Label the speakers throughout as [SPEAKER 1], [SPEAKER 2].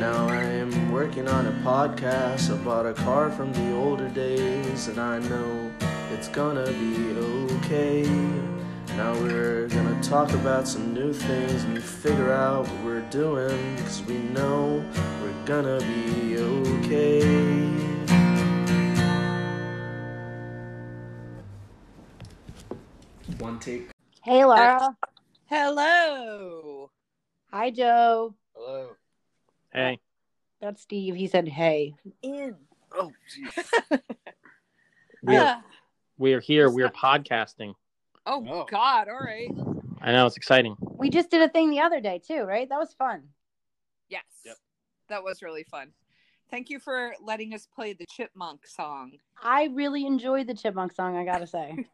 [SPEAKER 1] Now I am working on a podcast. I bought a car from the older days, and I know it's gonna be okay. Now we're gonna talk about some new things and figure out what we're doing, cause we know we're gonna be okay. One take.
[SPEAKER 2] Hey, Laura.
[SPEAKER 3] Uh, Hello.
[SPEAKER 2] Hi, Joe.
[SPEAKER 1] Hello.
[SPEAKER 4] Hey,
[SPEAKER 2] That's Steve. He said, hey.
[SPEAKER 3] In.
[SPEAKER 1] Oh, jeez.
[SPEAKER 4] we're
[SPEAKER 3] Ah.
[SPEAKER 4] we're here. We're podcasting.
[SPEAKER 3] oh
[SPEAKER 1] No.
[SPEAKER 3] God. All right.
[SPEAKER 4] I know it's exciting.
[SPEAKER 2] We just did a thing the other day, too, right? That was fun.
[SPEAKER 3] Yes.
[SPEAKER 1] Yep.
[SPEAKER 3] That was really fun. Thank you for letting us play the chipmunk song.
[SPEAKER 2] I really enjoyed the Chipmunk song, I gotta say.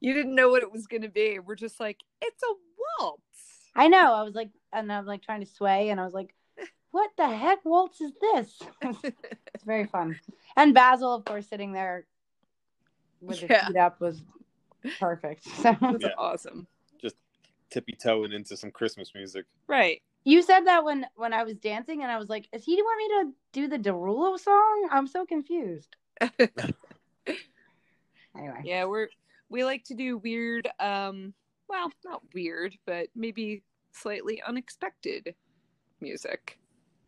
[SPEAKER 3] you didn't know what it was going to be. We're just like, it's a waltz.
[SPEAKER 2] I know. I was like, and I'm like trying to sway, and I was like, what the heck waltz is this? it's very fun. And Basil, of course, sitting there with his
[SPEAKER 3] Yeah.
[SPEAKER 2] feet up was perfect. So
[SPEAKER 3] That's awesome.
[SPEAKER 5] tippy toeing into some Christmas music.
[SPEAKER 3] Right.
[SPEAKER 2] you said that when when I was dancing, and I was like, is he want me to do the Derulo song? I'm so confused. Anyway.
[SPEAKER 3] Yeah, we're we like to do weird um well, not weird, but maybe slightly unexpected music.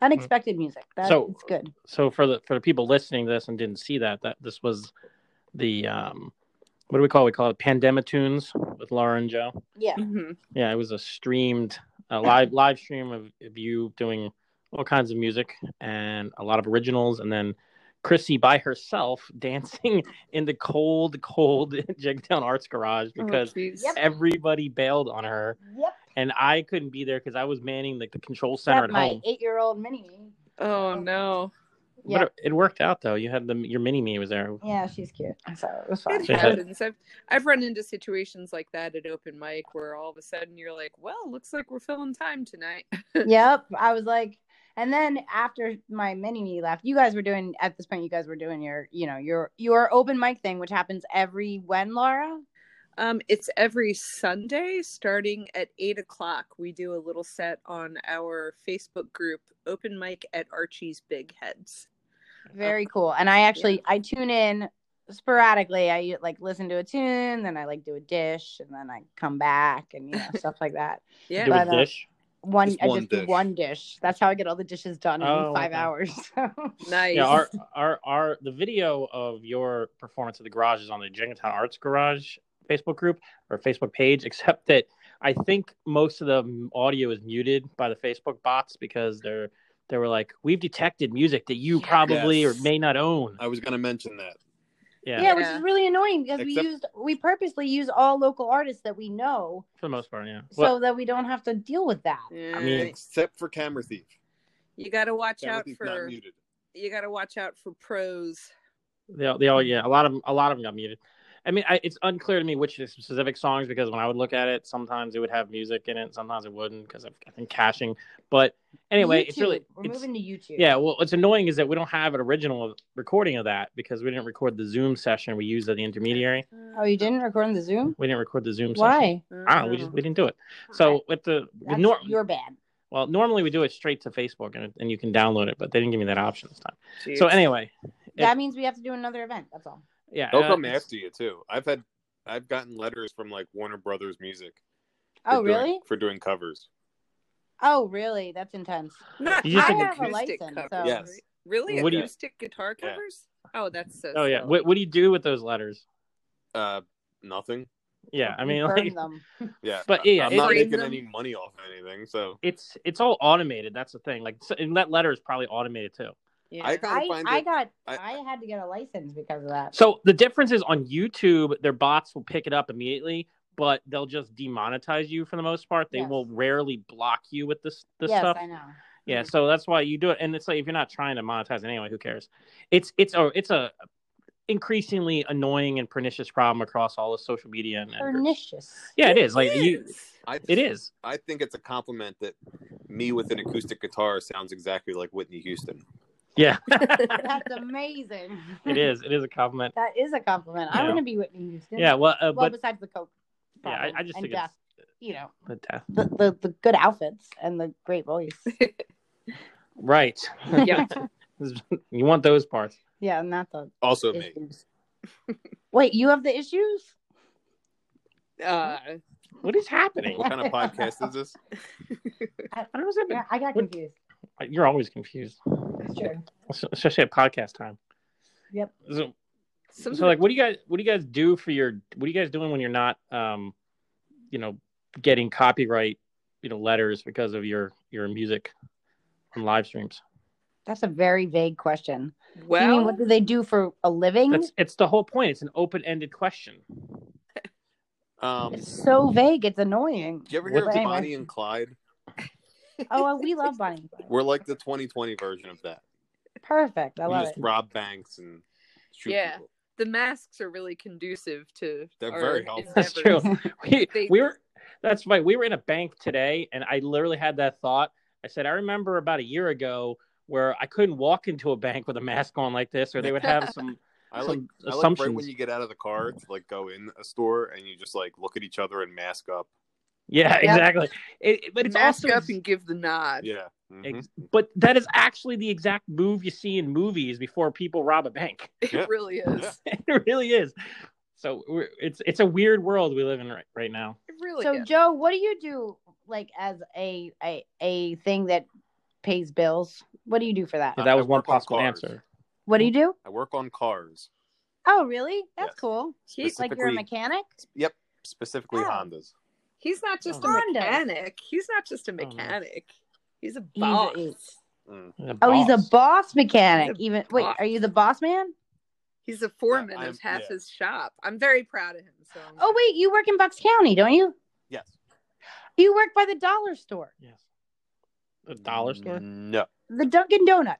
[SPEAKER 2] unexpected music. That's
[SPEAKER 4] Mm-hmm. So-
[SPEAKER 2] good.
[SPEAKER 4] So for the for the people listening to this and didn't see that, that this was the um, what do we call? It? We call it Pandemic Tunes with Laura and Joe.
[SPEAKER 2] Yeah.
[SPEAKER 3] Mhm.
[SPEAKER 4] Yeah, it was a streamed a live live stream of, of you doing all kinds of music and a lot of originals, and then Chrissy by herself dancing in the cold, cold Jigtown Arts Garage
[SPEAKER 3] Oh,
[SPEAKER 4] because
[SPEAKER 3] jeez.
[SPEAKER 2] Yep.
[SPEAKER 4] everybody bailed on her,
[SPEAKER 2] Yep.
[SPEAKER 4] and I couldn't be there because I was manning like the control center at
[SPEAKER 2] my
[SPEAKER 4] home.
[SPEAKER 2] eight-year-old mini me.
[SPEAKER 3] Oh no.
[SPEAKER 2] Yeah.
[SPEAKER 4] But it, it worked out though. You had the your mini me was there.
[SPEAKER 2] yeah, she's cute. So it was fun.
[SPEAKER 3] It
[SPEAKER 4] Yeah.
[SPEAKER 3] happens. I've I've run into situations like that at open mic where all of a sudden you're like, "Well, looks like we're filling time tonight."
[SPEAKER 2] yep. I was like, and then after my mini me left, you guys were doing at this point. You guys were doing your, you know, your your open mic thing, which happens every when Laura.
[SPEAKER 3] Um, it's every Sunday starting at eight o'clock. We do a little set on our Facebook group, Open Mic at Archie's Big Heads.
[SPEAKER 4] Oh.
[SPEAKER 2] Very cool. And I actually I tune in sporadically. I like listen to a tune, then I like do a dish, and then I come back and you know stuff like that.
[SPEAKER 3] Yeah.
[SPEAKER 4] Do
[SPEAKER 2] But,
[SPEAKER 4] a
[SPEAKER 2] uh,
[SPEAKER 4] dish.
[SPEAKER 2] One,
[SPEAKER 5] Just
[SPEAKER 2] I
[SPEAKER 5] one
[SPEAKER 2] just do
[SPEAKER 5] dish.
[SPEAKER 2] one dish. That's how I get all the dishes done in
[SPEAKER 4] Oh,
[SPEAKER 2] five
[SPEAKER 4] okay.
[SPEAKER 2] hours.
[SPEAKER 3] nice.
[SPEAKER 4] Yeah, our, our our the video of your performance at the garage is on the Jenkintown Arts Garage Facebook group or Facebook page. Except that I think most of the audio is muted by the Facebook bots because they're they were like, we've detected music that you probably
[SPEAKER 5] Yes.
[SPEAKER 4] or may not own.
[SPEAKER 5] I was going to mention that.
[SPEAKER 4] Yeah,
[SPEAKER 2] yeah. which is really annoying because we
[SPEAKER 5] Except-
[SPEAKER 2] used we purposely use all local artists that we know
[SPEAKER 4] for the most part. Yeah.
[SPEAKER 2] so that we don't have to deal with that.
[SPEAKER 3] Yeah,
[SPEAKER 4] I mean-
[SPEAKER 5] Except for Camera Thief.
[SPEAKER 3] you got to watch
[SPEAKER 5] Camera
[SPEAKER 3] out
[SPEAKER 5] Thief's not
[SPEAKER 3] for
[SPEAKER 5] muted.
[SPEAKER 3] you got to watch out for pros.
[SPEAKER 4] They all, they all, yeah, a lot of 'em- a lot of them got muted. I mean, I, it's unclear to me which is specific songs because when I would look at it, sometimes it would have music in it, sometimes it wouldn't because I've, I've been caching. But anyway, it's really,
[SPEAKER 2] YouTube. we're
[SPEAKER 4] it's,
[SPEAKER 2] moving to YouTube.
[SPEAKER 4] yeah. Well, what's annoying is that we don't have an original recording of that because we didn't record the Zoom session. We used the intermediary.
[SPEAKER 2] Oh, you didn't record on the Zoom?
[SPEAKER 4] We didn't record the Zoom session.
[SPEAKER 2] Why?
[SPEAKER 4] I don't know. Ah, We
[SPEAKER 3] Mm-hmm.
[SPEAKER 4] just we didn't do it.
[SPEAKER 2] Okay.
[SPEAKER 4] So with the with
[SPEAKER 2] That's
[SPEAKER 4] nor-
[SPEAKER 2] your bad.
[SPEAKER 4] well, normally we do it straight to Facebook and, it- and you can download it, but they didn't give me that option this time.
[SPEAKER 3] Jeez.
[SPEAKER 4] So anyway,
[SPEAKER 2] That means we have to do another event. That's all.
[SPEAKER 4] yeah.
[SPEAKER 5] They'll
[SPEAKER 4] uh,
[SPEAKER 5] come
[SPEAKER 4] it's-
[SPEAKER 5] after you, too. I've had, I've gotten letters from like Warner Brothers Music. for
[SPEAKER 2] Oh,
[SPEAKER 5] doing-
[SPEAKER 2] really?
[SPEAKER 5] For doing covers.
[SPEAKER 2] Oh, really? That's intense.
[SPEAKER 3] Not,
[SPEAKER 4] You just-
[SPEAKER 3] not
[SPEAKER 4] I
[SPEAKER 2] have a
[SPEAKER 3] acoustic
[SPEAKER 2] license,
[SPEAKER 3] covers.
[SPEAKER 2] so-
[SPEAKER 5] Yes.
[SPEAKER 3] Really?
[SPEAKER 4] What do you-
[SPEAKER 3] acoustic guitar
[SPEAKER 5] Yeah.
[SPEAKER 3] covers? Oh, that's so.
[SPEAKER 4] Oh yeah.
[SPEAKER 3] silly.
[SPEAKER 4] What, what do you do with those letters?
[SPEAKER 5] Uh, nothing.
[SPEAKER 4] Yeah, I mean,
[SPEAKER 2] Burn
[SPEAKER 4] like,
[SPEAKER 2] them.
[SPEAKER 5] Yeah.
[SPEAKER 4] But, yeah,
[SPEAKER 5] I'm
[SPEAKER 4] it-
[SPEAKER 5] not
[SPEAKER 3] Frame
[SPEAKER 5] making
[SPEAKER 3] them.
[SPEAKER 5] any money off of anything. So
[SPEAKER 4] it's it's all automated. That's the thing. Like, so, and that letter is probably automated too.
[SPEAKER 3] Yeah.
[SPEAKER 5] I kind
[SPEAKER 2] I,
[SPEAKER 5] of find
[SPEAKER 2] I
[SPEAKER 5] it.
[SPEAKER 2] got I,
[SPEAKER 5] I-
[SPEAKER 2] had to get a license because of that.
[SPEAKER 4] So the difference is on YouTube, their bots will pick it up immediately, but they'll just demonetize you for the most part. They
[SPEAKER 2] Yes.
[SPEAKER 4] will rarely block you with this this
[SPEAKER 2] yes,
[SPEAKER 4] stuff.
[SPEAKER 2] I know. Mm-hmm.
[SPEAKER 4] Yeah, so that's why you do it, and it's like if you're not trying to monetize it anyway, who cares? It's it's a it's a increasingly annoying and pernicious problem across all of social media and, and groups.
[SPEAKER 2] Pernicious.
[SPEAKER 4] yeah, it is like you.
[SPEAKER 3] is.
[SPEAKER 5] I,
[SPEAKER 4] It is.
[SPEAKER 5] I think it's a compliment that me with an acoustic guitar sounds exactly like Whitney Houston.
[SPEAKER 4] Yeah,
[SPEAKER 2] That's amazing.
[SPEAKER 4] it is. It is a compliment.
[SPEAKER 2] That is a compliment. I
[SPEAKER 4] Yeah.
[SPEAKER 2] want to be Whitney Houston.
[SPEAKER 4] Yeah, well,
[SPEAKER 2] Well,
[SPEAKER 4] uh, but
[SPEAKER 2] besides the coke.
[SPEAKER 4] yeah, I,
[SPEAKER 2] problem
[SPEAKER 4] I just
[SPEAKER 2] and
[SPEAKER 4] think
[SPEAKER 2] death,
[SPEAKER 4] it's
[SPEAKER 2] you know
[SPEAKER 4] the death.
[SPEAKER 2] the, the the good outfits and the great voice.
[SPEAKER 4] Right.
[SPEAKER 3] Yeah.
[SPEAKER 4] you want those parts.
[SPEAKER 2] yeah, not the
[SPEAKER 5] Also me.
[SPEAKER 2] issues. Wait, you have the issues?
[SPEAKER 3] Uh,
[SPEAKER 4] What is happening?
[SPEAKER 5] What kind of podcast is this?
[SPEAKER 4] I don't know what's happening.
[SPEAKER 2] Yeah, I got
[SPEAKER 4] What-
[SPEAKER 2] confused.
[SPEAKER 4] You're always confused,
[SPEAKER 2] Sure.
[SPEAKER 4] especially at podcast time.
[SPEAKER 2] Yep.
[SPEAKER 4] So,
[SPEAKER 3] some
[SPEAKER 4] so like what do you guys what do you guys do for your what are you guys doing when you're not um you know getting copyright you know letters because of your your music and live streams
[SPEAKER 2] That's a very vague question.
[SPEAKER 3] well,
[SPEAKER 2] you mean what do they do for a living?
[SPEAKER 4] that's it's the whole point it's an open-ended question
[SPEAKER 5] Um,
[SPEAKER 2] It's so vague. It's annoying.
[SPEAKER 5] do you ever
[SPEAKER 4] What
[SPEAKER 5] hear of
[SPEAKER 2] the-
[SPEAKER 5] Bonnie and Clyde?
[SPEAKER 2] Oh, well, we love Bonnie. and Clyde.
[SPEAKER 5] We're like the 2020 version of that.
[SPEAKER 2] Perfect. I
[SPEAKER 5] We
[SPEAKER 2] love
[SPEAKER 5] just
[SPEAKER 2] it.
[SPEAKER 5] rob banks and shoot
[SPEAKER 3] Yeah.
[SPEAKER 5] people.
[SPEAKER 3] the masks are really conducive to.
[SPEAKER 5] They're
[SPEAKER 3] our
[SPEAKER 5] very helpful.
[SPEAKER 4] That's
[SPEAKER 3] endeavors.
[SPEAKER 4] true. we,
[SPEAKER 3] They-
[SPEAKER 4] we were that's right we were in a bank today and i literally had that thought i said i remember about a year ago where i couldn't walk into a bank with a mask on like this or they would have some
[SPEAKER 5] I like
[SPEAKER 4] some
[SPEAKER 5] I like
[SPEAKER 4] assumptions
[SPEAKER 5] right when you get out of the car to like go in a store and you just like look at each other and mask up.
[SPEAKER 4] yeah
[SPEAKER 2] Yeah.
[SPEAKER 4] exactly it, it- but it's
[SPEAKER 3] mask
[SPEAKER 4] also
[SPEAKER 3] up and give the nod.
[SPEAKER 5] Yeah. Mhm.
[SPEAKER 4] Ex- But that is actually the exact move you see in movies before people rob a bank.
[SPEAKER 3] It
[SPEAKER 5] Yeah.
[SPEAKER 3] really is.
[SPEAKER 5] Yeah.
[SPEAKER 4] it really is. So we're, it's it's a weird world we live in right, right now.
[SPEAKER 3] It really
[SPEAKER 2] So,
[SPEAKER 3] is.
[SPEAKER 2] Joe, what do you do like as a a, a thing that pays bills? What do you do for that?
[SPEAKER 5] Yeah.
[SPEAKER 4] that
[SPEAKER 5] Uh, I
[SPEAKER 4] was one
[SPEAKER 5] work on
[SPEAKER 4] possible
[SPEAKER 5] cars.
[SPEAKER 4] answer.
[SPEAKER 2] What do you do?
[SPEAKER 5] I work on cars.
[SPEAKER 2] Oh, really? That's
[SPEAKER 5] Yes.
[SPEAKER 2] cool.
[SPEAKER 3] He's
[SPEAKER 2] Like you're a
[SPEAKER 5] Specifically-
[SPEAKER 2] mechanic?
[SPEAKER 5] Yep. Specifically
[SPEAKER 2] Oh.
[SPEAKER 5] Hondas.
[SPEAKER 3] he's not just
[SPEAKER 4] Oh.
[SPEAKER 3] a mechanic. He's not just a
[SPEAKER 4] no.
[SPEAKER 3] mechanic. He's a
[SPEAKER 2] He's a-
[SPEAKER 3] boss.
[SPEAKER 2] he's-
[SPEAKER 5] Mm.
[SPEAKER 4] The
[SPEAKER 2] Oh, he's a
[SPEAKER 4] boss.
[SPEAKER 2] boss mechanic.
[SPEAKER 3] He's a
[SPEAKER 2] Even wait,
[SPEAKER 3] boss.
[SPEAKER 2] are you the boss man?
[SPEAKER 3] He's a foreman
[SPEAKER 5] I'm-
[SPEAKER 3] of half
[SPEAKER 5] yeah.
[SPEAKER 3] his shop. I'm very proud of him. So
[SPEAKER 2] Oh wait, you work in Bucks County, don't you?
[SPEAKER 5] Yes.
[SPEAKER 2] You work by the dollar store,
[SPEAKER 4] Yes. The dollar store.
[SPEAKER 5] No.
[SPEAKER 2] the Dunkin' Donuts.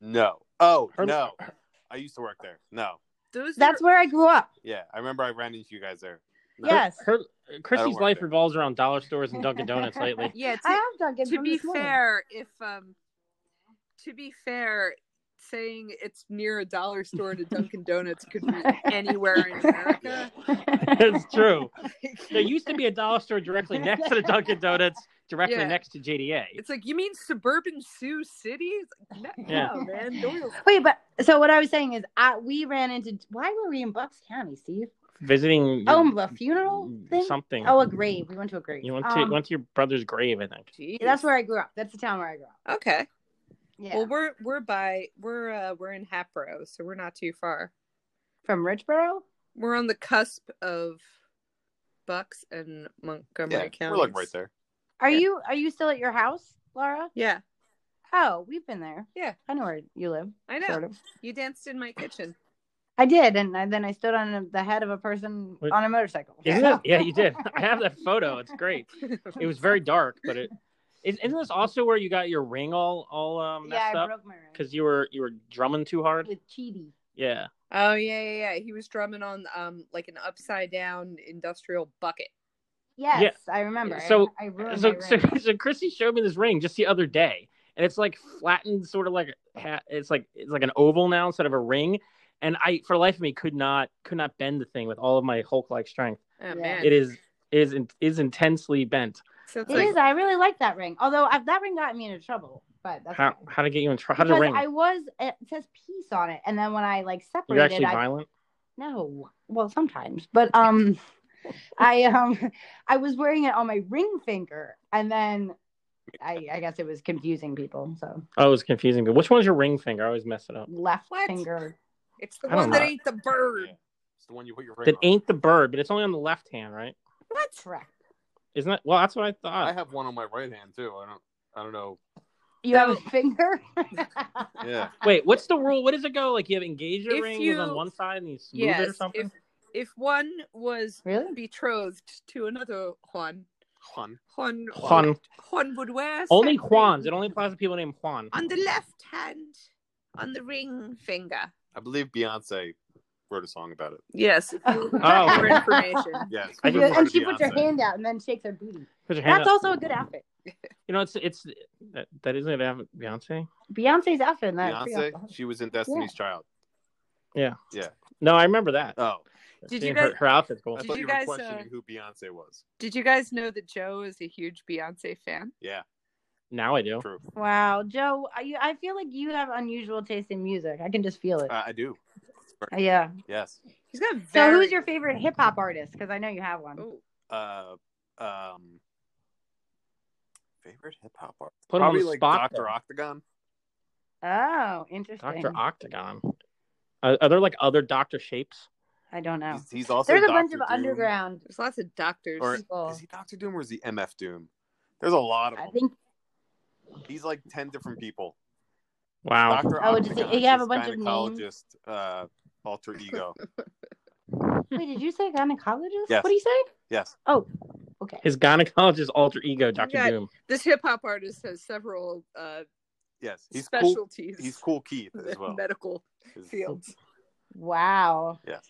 [SPEAKER 5] No. Oh
[SPEAKER 4] Her-
[SPEAKER 5] no. I used to work there. No.
[SPEAKER 3] those
[SPEAKER 2] That's
[SPEAKER 3] are,
[SPEAKER 2] where I grew up.
[SPEAKER 5] Yeah. I remember I ran into you guys there. No.
[SPEAKER 2] Yes.
[SPEAKER 4] Her Chrissy's
[SPEAKER 5] work
[SPEAKER 4] life
[SPEAKER 5] there.
[SPEAKER 4] revolves around dollar stores and Dunkin' Donuts lately.
[SPEAKER 3] yeah.
[SPEAKER 2] I
[SPEAKER 3] To,
[SPEAKER 2] have Dunkin'.
[SPEAKER 3] to
[SPEAKER 2] from
[SPEAKER 3] be
[SPEAKER 2] this morning.
[SPEAKER 3] fair, if um, to be fair, saying it's near a dollar store and a Dunkin' Donuts could be anywhere in America.
[SPEAKER 4] it's true. There used to be a dollar store directly next to the Dunkin' Donuts, directly
[SPEAKER 3] Yeah.
[SPEAKER 4] next to JDA.
[SPEAKER 3] It's like you mean suburban Sioux City? It's like, no,
[SPEAKER 4] Yeah.
[SPEAKER 3] no, man, Doyle's
[SPEAKER 2] Wait, but so what I was saying is, I, we ran into why were we in Bucks County, Steve?
[SPEAKER 4] Visiting your-
[SPEAKER 2] Oh, a funeral thing.
[SPEAKER 4] something.
[SPEAKER 2] Oh, a grave. We went to a grave.
[SPEAKER 4] mm, you went to
[SPEAKER 2] Um,
[SPEAKER 4] went to your brother's grave, I think.
[SPEAKER 3] Jeez.
[SPEAKER 2] That's where I grew up. That's the town where I grew up.
[SPEAKER 3] Okay.
[SPEAKER 2] Yeah,
[SPEAKER 3] Well, we're we're by we're uh we're in Hapro, so we're not too far.
[SPEAKER 2] from Richboro.
[SPEAKER 3] We're on the cusp of Bucks and Montgomery
[SPEAKER 5] Yeah,
[SPEAKER 3] County.
[SPEAKER 5] we're like right there.
[SPEAKER 2] Are
[SPEAKER 3] Yeah.
[SPEAKER 2] you are you still at your house, Laura?
[SPEAKER 3] Yeah,
[SPEAKER 2] Oh, we've been there.
[SPEAKER 3] Yeah.
[SPEAKER 2] I know where you live.
[SPEAKER 3] I know.
[SPEAKER 2] Sort of.
[SPEAKER 3] You danced in my kitchen.
[SPEAKER 2] I did, and I, then I stood on the head of a person
[SPEAKER 4] Wait.
[SPEAKER 2] on a motorcycle.
[SPEAKER 4] Isn't that- yeah, you did. I have that photo. It's great. It was very dark, but it is- isn't this also where you got your ring all all um,
[SPEAKER 2] yeah,
[SPEAKER 4] messed
[SPEAKER 2] I
[SPEAKER 4] up
[SPEAKER 2] broke my ring
[SPEAKER 4] because you were you were drumming too hard.
[SPEAKER 2] with cheaty.
[SPEAKER 4] Yeah,
[SPEAKER 3] Oh yeah, yeah, yeah. He was drumming on um like an upside down industrial bucket.
[SPEAKER 2] Yes, I remember.
[SPEAKER 4] So-
[SPEAKER 2] I, I ruined
[SPEAKER 4] so
[SPEAKER 2] my
[SPEAKER 4] so,
[SPEAKER 2] ring.
[SPEAKER 4] so Chrissy showed me this ring just the other day, and it's like flattened, sort of like a hat. It's like it's like an oval now instead of a ring. And I, for the life of me, could not could not bend the thing with all of my Hulk like strength.
[SPEAKER 3] Oh
[SPEAKER 2] Yeah.
[SPEAKER 3] man,
[SPEAKER 4] It is is in- is intensely bent.
[SPEAKER 3] So it's
[SPEAKER 2] It
[SPEAKER 3] like,
[SPEAKER 2] is. I really like that ring. Although I, that ring got me into trouble, but that's
[SPEAKER 4] How
[SPEAKER 2] okay.
[SPEAKER 4] how to get you in trouble? How to
[SPEAKER 2] Because
[SPEAKER 4] ring?
[SPEAKER 2] I was. It says peace on it, and then when I like
[SPEAKER 4] You're
[SPEAKER 2] separated,
[SPEAKER 4] actually
[SPEAKER 2] I
[SPEAKER 4] violent.
[SPEAKER 2] no. Well, sometimes, but um, I um, I was wearing it on my ring finger, and then I I guess it was confusing people. So
[SPEAKER 4] Oh, it was confusing. But which one's your ring finger? I always mess it up.
[SPEAKER 2] left
[SPEAKER 3] What?
[SPEAKER 2] finger.
[SPEAKER 3] it's the
[SPEAKER 4] I don't
[SPEAKER 3] one that
[SPEAKER 4] know.
[SPEAKER 3] ain't the bird.
[SPEAKER 5] Yeah. It's the one you put your ring
[SPEAKER 4] That
[SPEAKER 5] on.
[SPEAKER 4] ain't the bird, but it's only on the left hand, right?
[SPEAKER 3] What?
[SPEAKER 2] Correct.
[SPEAKER 4] Isn't that well? That's what I thought.
[SPEAKER 5] I have one on my right hand too. I don't I don't know.
[SPEAKER 2] You have a finger.
[SPEAKER 5] Yeah.
[SPEAKER 4] Wait, what's the rule? What does it go? Like you have engagement
[SPEAKER 3] If
[SPEAKER 4] rings
[SPEAKER 3] you-
[SPEAKER 4] on one side and you smooth it
[SPEAKER 3] Yes.
[SPEAKER 4] or something?
[SPEAKER 3] If if one was
[SPEAKER 2] Really?
[SPEAKER 3] betrothed to another one,
[SPEAKER 5] Juan.
[SPEAKER 3] Juan
[SPEAKER 4] Juan. Oh.
[SPEAKER 3] Juan would wear
[SPEAKER 4] Only
[SPEAKER 3] sack
[SPEAKER 4] Juan's.
[SPEAKER 3] rings
[SPEAKER 4] It only applies to people named Juan.
[SPEAKER 3] on the left hand on the ring finger.
[SPEAKER 5] I believe Beyonce wrote a song about it.
[SPEAKER 3] Yes. if you look
[SPEAKER 4] Oh.
[SPEAKER 3] up for information.
[SPEAKER 5] Yes.
[SPEAKER 4] I
[SPEAKER 2] And,
[SPEAKER 4] just
[SPEAKER 2] you-
[SPEAKER 5] heard
[SPEAKER 2] and she puts her
[SPEAKER 5] Beyonce.
[SPEAKER 2] hand out and then shakes her booty.
[SPEAKER 4] Put your hand
[SPEAKER 2] That's
[SPEAKER 4] up.
[SPEAKER 2] also a good outfit.
[SPEAKER 4] You know, it's it's that, that isn't it, Av- Beyonce.
[SPEAKER 2] Beyonce's outfit in that.
[SPEAKER 5] Beyonce, she was in Destiny's Child.
[SPEAKER 4] No, I remember that.
[SPEAKER 5] Oh,
[SPEAKER 3] Uh, Did
[SPEAKER 4] Seeing
[SPEAKER 3] you
[SPEAKER 4] her-
[SPEAKER 3] guys-
[SPEAKER 4] her outfit's cool.
[SPEAKER 5] I
[SPEAKER 3] Did
[SPEAKER 5] thought
[SPEAKER 3] you
[SPEAKER 5] you,
[SPEAKER 3] guys,
[SPEAKER 5] were questioning
[SPEAKER 3] uh,
[SPEAKER 5] who Beyonce was.
[SPEAKER 3] Did you guys know that Joe is a huge Beyonce fan?
[SPEAKER 5] Yeah,
[SPEAKER 4] Now I do.
[SPEAKER 5] true.
[SPEAKER 2] Wow, Joe, I, you- I feel like you have unusual taste in music. I can just feel it.
[SPEAKER 5] Uh, I do.
[SPEAKER 2] yeah.
[SPEAKER 5] Yes.
[SPEAKER 3] He's got
[SPEAKER 2] So,
[SPEAKER 3] very...
[SPEAKER 2] who's your favorite hip hop artist? Because I know you have one.
[SPEAKER 3] Oh,
[SPEAKER 5] Uh, um, favorite hip hop artist?
[SPEAKER 4] Put him on
[SPEAKER 5] Probably
[SPEAKER 4] the
[SPEAKER 5] like
[SPEAKER 4] spot.
[SPEAKER 5] Doctor Octagon.
[SPEAKER 2] Oh, interesting.
[SPEAKER 4] Doctor Octagon. Are, are there like other Doctor shapes?
[SPEAKER 2] I don't know.
[SPEAKER 5] He's, he's also
[SPEAKER 2] There's a
[SPEAKER 5] Dr.
[SPEAKER 2] bunch of
[SPEAKER 5] Doom.
[SPEAKER 2] underground
[SPEAKER 3] there's lots of doctors.
[SPEAKER 5] Or
[SPEAKER 2] people.
[SPEAKER 5] is he Doctor Doom or is he MF Doom? There's a lot of
[SPEAKER 2] I
[SPEAKER 5] them.
[SPEAKER 2] think
[SPEAKER 5] He's like ten different people.
[SPEAKER 4] Wow.
[SPEAKER 5] Doctor
[SPEAKER 2] Oh, does he-
[SPEAKER 5] Octagon.
[SPEAKER 2] he have
[SPEAKER 5] is
[SPEAKER 2] a bunch of
[SPEAKER 5] gynecologist, Uh, alter ego.
[SPEAKER 2] Wait, did you say gynecologist?
[SPEAKER 5] Yes.
[SPEAKER 2] What do you say?
[SPEAKER 5] yes.
[SPEAKER 2] Oh, okay.
[SPEAKER 4] His gynecologist alter ego, Doctor
[SPEAKER 3] got-
[SPEAKER 4] Doom.
[SPEAKER 3] This hip hop artist has several uh,
[SPEAKER 5] Yes. He's cool.
[SPEAKER 3] specialties.
[SPEAKER 5] He's cool Keith
[SPEAKER 3] in
[SPEAKER 5] as
[SPEAKER 3] the
[SPEAKER 5] well.
[SPEAKER 3] Medical
[SPEAKER 5] He's-
[SPEAKER 3] fields.
[SPEAKER 2] Wow.
[SPEAKER 5] Yes.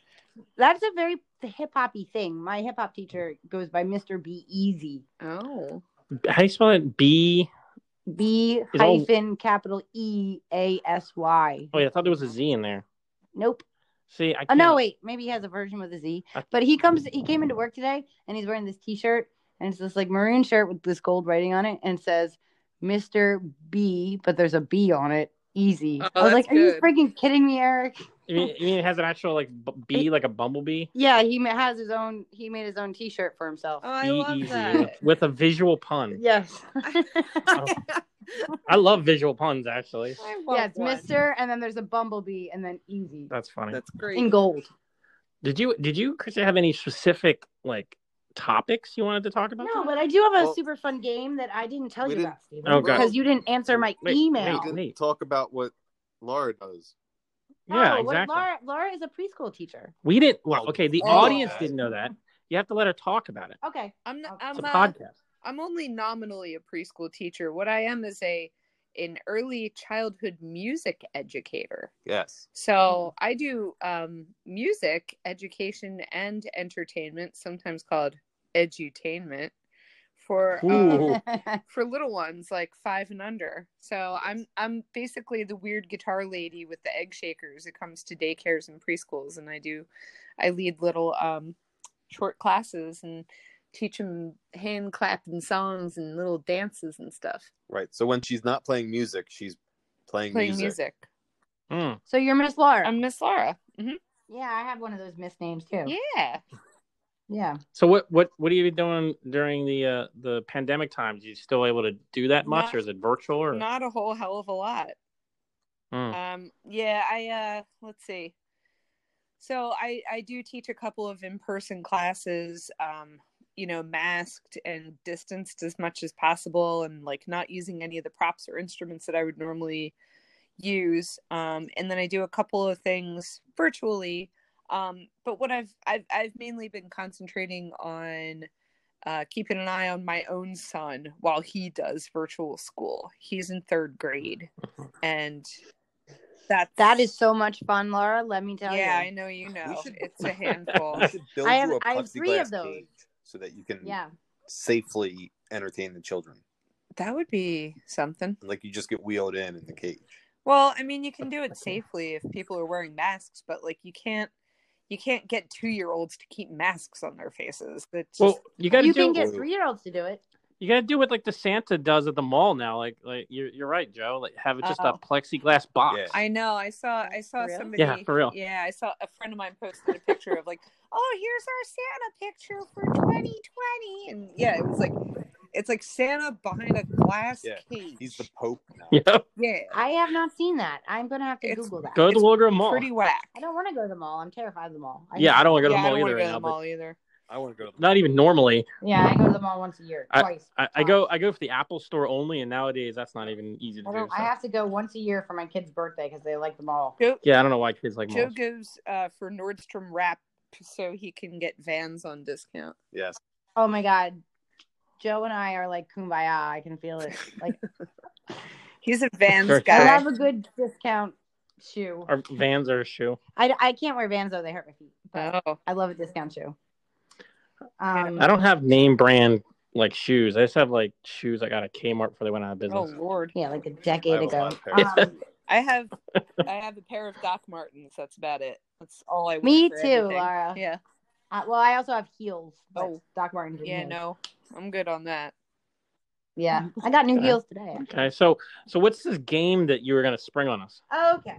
[SPEAKER 2] That's a very hip hoppy thing. My hip hop teacher goes by Mr. B E Easy.
[SPEAKER 3] Oh.
[SPEAKER 4] How do you spell it? B.
[SPEAKER 2] B
[SPEAKER 4] It's all-
[SPEAKER 2] hyphen capital E A S Y.
[SPEAKER 4] Oh, wait, I thought there was a Z in there.
[SPEAKER 2] Nope.
[SPEAKER 4] See, I can't.
[SPEAKER 2] Oh, no, wait. Maybe he has a version with a Z.
[SPEAKER 4] I-
[SPEAKER 2] But he comes. He came into work today, and he's wearing this T-shirt, and it's this like maroon shirt with this gold writing on it, and it says "Mr. B," but there's a B on it. Easy. I
[SPEAKER 3] Oh,
[SPEAKER 2] was
[SPEAKER 3] that's
[SPEAKER 2] like, "Are you
[SPEAKER 3] good.
[SPEAKER 2] freaking kidding me, Eric?"
[SPEAKER 4] You mean, you mean it has an actual like b- bee, like a bumblebee?
[SPEAKER 2] Yeah, he ma- has his own. He made his own T-shirt for himself.
[SPEAKER 3] Oh, I
[SPEAKER 4] Bee
[SPEAKER 3] love
[SPEAKER 4] easy
[SPEAKER 3] that.
[SPEAKER 4] E with a visual pun.
[SPEAKER 2] yes.
[SPEAKER 4] I love visual puns actually.
[SPEAKER 3] I want
[SPEAKER 2] yeah, it's
[SPEAKER 3] one.
[SPEAKER 2] Mister, and then there's a bumblebee, and then Easy
[SPEAKER 4] That's funny.
[SPEAKER 3] That's great.
[SPEAKER 2] in gold.
[SPEAKER 4] Did you did you Chris have any specific like topics you wanted to talk about?
[SPEAKER 2] No, but I do have a
[SPEAKER 5] Well-
[SPEAKER 2] super fun game that I didn't tell
[SPEAKER 5] We
[SPEAKER 2] you
[SPEAKER 5] didn't-
[SPEAKER 2] about, Steven,
[SPEAKER 4] Oh, God.
[SPEAKER 2] because you didn't answer my
[SPEAKER 4] Wait,
[SPEAKER 2] email.
[SPEAKER 5] We
[SPEAKER 4] wait.
[SPEAKER 5] didn't talk about what Laura does.
[SPEAKER 2] No,
[SPEAKER 4] yeah,
[SPEAKER 2] what-
[SPEAKER 4] exactly.
[SPEAKER 2] Laura, Laura is a preschool teacher.
[SPEAKER 4] We didn't. Well, okay, the
[SPEAKER 5] Oh.
[SPEAKER 4] audience didn't know that. You have to let her talk about it.
[SPEAKER 2] Okay.
[SPEAKER 3] I'm not,
[SPEAKER 4] It's
[SPEAKER 3] I'm,
[SPEAKER 4] a
[SPEAKER 3] uh,
[SPEAKER 4] podcast.
[SPEAKER 3] I'm only nominally a preschool teacher. What I am is a an early childhood music educator.
[SPEAKER 5] Yes.
[SPEAKER 3] So I do um, music education and entertainment, sometimes called edutainment, for uh,
[SPEAKER 4] Ooh.
[SPEAKER 3] for little ones like five and under. So I'm I'm basically the weird guitar lady with the egg shakers. It comes to daycares and preschools, and I do I lead little um, short classes and teach them hand clapping songs and little dances and stuff.
[SPEAKER 5] Right. So when she's not playing music, she's playing,
[SPEAKER 3] Playing
[SPEAKER 5] music.
[SPEAKER 3] music.
[SPEAKER 4] Mm.
[SPEAKER 2] so you're Miss Laura.
[SPEAKER 3] I'm Miss Laura. Mhm.
[SPEAKER 2] yeah, I have one of those Miss names too.
[SPEAKER 3] Yeah.
[SPEAKER 2] Yeah.
[SPEAKER 4] So what what what are you doing during the uh, the pandemic times? You still able to do that much,
[SPEAKER 3] Not-
[SPEAKER 4] or is it virtual? Or
[SPEAKER 3] Not a whole hell of a lot.
[SPEAKER 4] Mm.
[SPEAKER 3] Um, yeah, I uh, let's see. So I I do teach a couple of in person classes. Um, you know, masked and distanced as much as possible, and like not using any of the props or instruments that I would normally use. Um, and then I do a couple of things virtually. Um, but what I've I've I've mainly been concentrating on uh, keeping an eye on my own son while he does virtual school. He's in third grade, and that's
[SPEAKER 2] That is so much fun, Laura. Let me tell
[SPEAKER 3] yeah, I
[SPEAKER 2] you.
[SPEAKER 3] know you know.
[SPEAKER 5] should-
[SPEAKER 3] It's a handful.
[SPEAKER 5] We should build
[SPEAKER 2] I have-
[SPEAKER 5] you a
[SPEAKER 2] I have three of
[SPEAKER 5] plexiglass
[SPEAKER 2] those.
[SPEAKER 5] cage so that you can
[SPEAKER 2] Yeah.
[SPEAKER 5] safely entertain the children.
[SPEAKER 3] that would be something.
[SPEAKER 5] And, like you just get wheeled in in the cage.
[SPEAKER 3] Well, I mean, you can do it safely if people are wearing masks, but like you can't you can't get 2-year-olds to keep masks on their faces. That's just
[SPEAKER 4] Well, you got to
[SPEAKER 2] You
[SPEAKER 4] do
[SPEAKER 2] can get three year olds to do it.
[SPEAKER 4] you got to do what like the Santa does at the mall now. Like like you're you're right, Joe. Like have it just
[SPEAKER 3] Oh.
[SPEAKER 4] a plexiglass box.
[SPEAKER 5] Yeah.
[SPEAKER 3] I know. I saw. I saw
[SPEAKER 2] For real?
[SPEAKER 3] somebody.
[SPEAKER 4] Yeah, for real.
[SPEAKER 3] Yeah, I saw a friend of mine posted a picture of like, oh, here's our Santa picture for 2020, and yeah, it was like, it's like Santa behind a glass
[SPEAKER 5] Yeah,
[SPEAKER 3] cage.
[SPEAKER 5] He's the Pope now.
[SPEAKER 4] Yep.
[SPEAKER 3] yeah,
[SPEAKER 2] I have not seen that. I'm gonna have to
[SPEAKER 3] It's
[SPEAKER 2] Google that.
[SPEAKER 4] Go to the
[SPEAKER 3] It's
[SPEAKER 4] Wilgram Mall.
[SPEAKER 3] pretty whack.
[SPEAKER 2] I don't want to go to the mall. I'm terrified of the mall.
[SPEAKER 4] Yeah, I don't want to go to
[SPEAKER 3] yeah,
[SPEAKER 4] the
[SPEAKER 3] I
[SPEAKER 4] mall
[SPEAKER 3] don't wanna
[SPEAKER 4] either.
[SPEAKER 3] go
[SPEAKER 4] Right
[SPEAKER 3] to
[SPEAKER 4] now,
[SPEAKER 3] the
[SPEAKER 4] but
[SPEAKER 3] mall either.
[SPEAKER 5] I want to go to the
[SPEAKER 4] not even normally.
[SPEAKER 2] Yeah, I go to the mall once a year, twice.
[SPEAKER 4] I, I go I go to the Apple store only, and nowadays that's not even easy to
[SPEAKER 2] I,
[SPEAKER 4] do.
[SPEAKER 2] don't, I
[SPEAKER 4] so.
[SPEAKER 2] have to go once a year for my kid's birthday because they like the mall.
[SPEAKER 3] Joe,
[SPEAKER 4] Yeah, I don't know why kids like
[SPEAKER 3] Joe
[SPEAKER 4] malls.
[SPEAKER 3] goes uh, for Nordstrom Wrap so he can get Vans on discount.
[SPEAKER 5] Yes.
[SPEAKER 2] Oh my god, Joe and I are like kumbaya. I can feel it. Like
[SPEAKER 3] He's a Vans
[SPEAKER 4] Sure.
[SPEAKER 3] guy.
[SPEAKER 2] I love a good discount shoe.
[SPEAKER 4] Our Vans are a shoe.
[SPEAKER 2] I, I can't wear Vans though; they hurt my feet. But
[SPEAKER 3] Oh,
[SPEAKER 2] I love a discount shoe. Um,
[SPEAKER 4] I don't have name brand like shoes. I just have like shoes I got at Kmart before they went out of
[SPEAKER 3] oh
[SPEAKER 4] business.
[SPEAKER 3] lord!
[SPEAKER 2] yeah, like a
[SPEAKER 5] I
[SPEAKER 2] decade
[SPEAKER 5] have a
[SPEAKER 2] ago.
[SPEAKER 5] lot of pairs.
[SPEAKER 2] Um,
[SPEAKER 3] I have I have a pair of Doc Martens. That's about it. That's all I. wear
[SPEAKER 2] me
[SPEAKER 3] for
[SPEAKER 2] too,
[SPEAKER 3] everything.
[SPEAKER 2] Laura.
[SPEAKER 3] Yeah.
[SPEAKER 2] Uh, well, I also have heels. but
[SPEAKER 3] Oh.
[SPEAKER 2] Doc Martens. and
[SPEAKER 3] Yeah.
[SPEAKER 2] heels.
[SPEAKER 3] No, I'm good on that.
[SPEAKER 2] Yeah, I got new
[SPEAKER 4] Okay.
[SPEAKER 2] heels today.
[SPEAKER 4] Okay, so so what's this game that you were gonna spring on us?
[SPEAKER 2] Okay,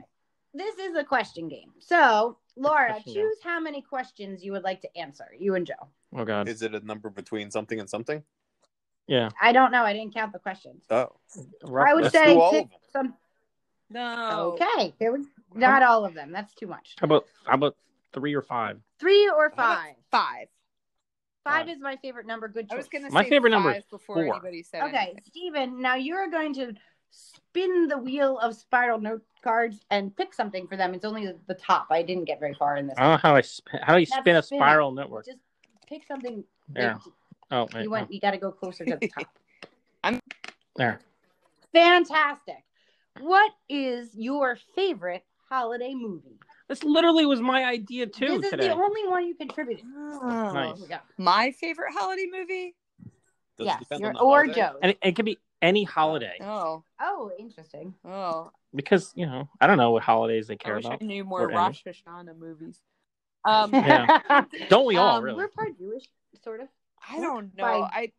[SPEAKER 2] this is a question game. So, Laura,
[SPEAKER 4] Question game.
[SPEAKER 2] choose how many questions you would like to answer. You and Joe.
[SPEAKER 4] Oh God,
[SPEAKER 5] Is it a number between something and something?
[SPEAKER 4] yeah.
[SPEAKER 2] I don't know. I didn't count the questions.
[SPEAKER 5] Oh,
[SPEAKER 2] I would
[SPEAKER 5] Let's
[SPEAKER 2] say
[SPEAKER 5] do all
[SPEAKER 2] pick
[SPEAKER 5] of them.
[SPEAKER 2] some.
[SPEAKER 3] No.
[SPEAKER 2] Okay, Oh. there was not all of them. That's too much.
[SPEAKER 4] How about how about three or five?
[SPEAKER 2] Three or
[SPEAKER 3] How about
[SPEAKER 2] five. Five
[SPEAKER 3] Five.
[SPEAKER 4] Five.
[SPEAKER 2] is my favorite number. Good
[SPEAKER 3] I
[SPEAKER 2] choice.
[SPEAKER 3] was gonna
[SPEAKER 4] My
[SPEAKER 3] say
[SPEAKER 4] favorite number
[SPEAKER 3] five
[SPEAKER 4] is
[SPEAKER 3] before
[SPEAKER 4] four.
[SPEAKER 3] anybody said
[SPEAKER 2] Okay,
[SPEAKER 3] anything.
[SPEAKER 2] Steven, now you're going to spin the wheel of spiral note cards and pick something for them. It's only the top. I didn't get very far in this.
[SPEAKER 4] I don't know how I sp- how do you
[SPEAKER 2] That's
[SPEAKER 4] spin a
[SPEAKER 2] spinning.
[SPEAKER 4] spiral network?
[SPEAKER 2] Just pick something.
[SPEAKER 4] There. Oh,
[SPEAKER 2] You
[SPEAKER 4] wait,
[SPEAKER 2] went. You got to go closer to the top.
[SPEAKER 4] oh, there.
[SPEAKER 2] Fantastic. What is your favorite holiday movie?
[SPEAKER 4] This literally was my idea too
[SPEAKER 2] this is
[SPEAKER 4] today.
[SPEAKER 2] the only one you contributed.
[SPEAKER 3] Oh.
[SPEAKER 4] Nice.
[SPEAKER 2] Here we go.
[SPEAKER 3] My favorite holiday movie.
[SPEAKER 5] Does it
[SPEAKER 2] yes,
[SPEAKER 5] depend
[SPEAKER 2] your-
[SPEAKER 5] on the
[SPEAKER 2] or
[SPEAKER 5] holiday?
[SPEAKER 2] Joe.
[SPEAKER 4] and it, it could be any holiday
[SPEAKER 3] Oh.
[SPEAKER 2] Oh, interesting.
[SPEAKER 3] Oh.
[SPEAKER 4] because you know I don't know what holidays they
[SPEAKER 2] Oh,
[SPEAKER 4] care
[SPEAKER 3] I wish
[SPEAKER 4] about.
[SPEAKER 3] I knew more
[SPEAKER 4] Or any.
[SPEAKER 3] Rosh Hashanah movies. Um,
[SPEAKER 4] Yeah. Don't we all
[SPEAKER 3] Um,
[SPEAKER 4] really?
[SPEAKER 2] We're part Jewish, sort of.
[SPEAKER 3] I don't know.
[SPEAKER 2] By-
[SPEAKER 3] I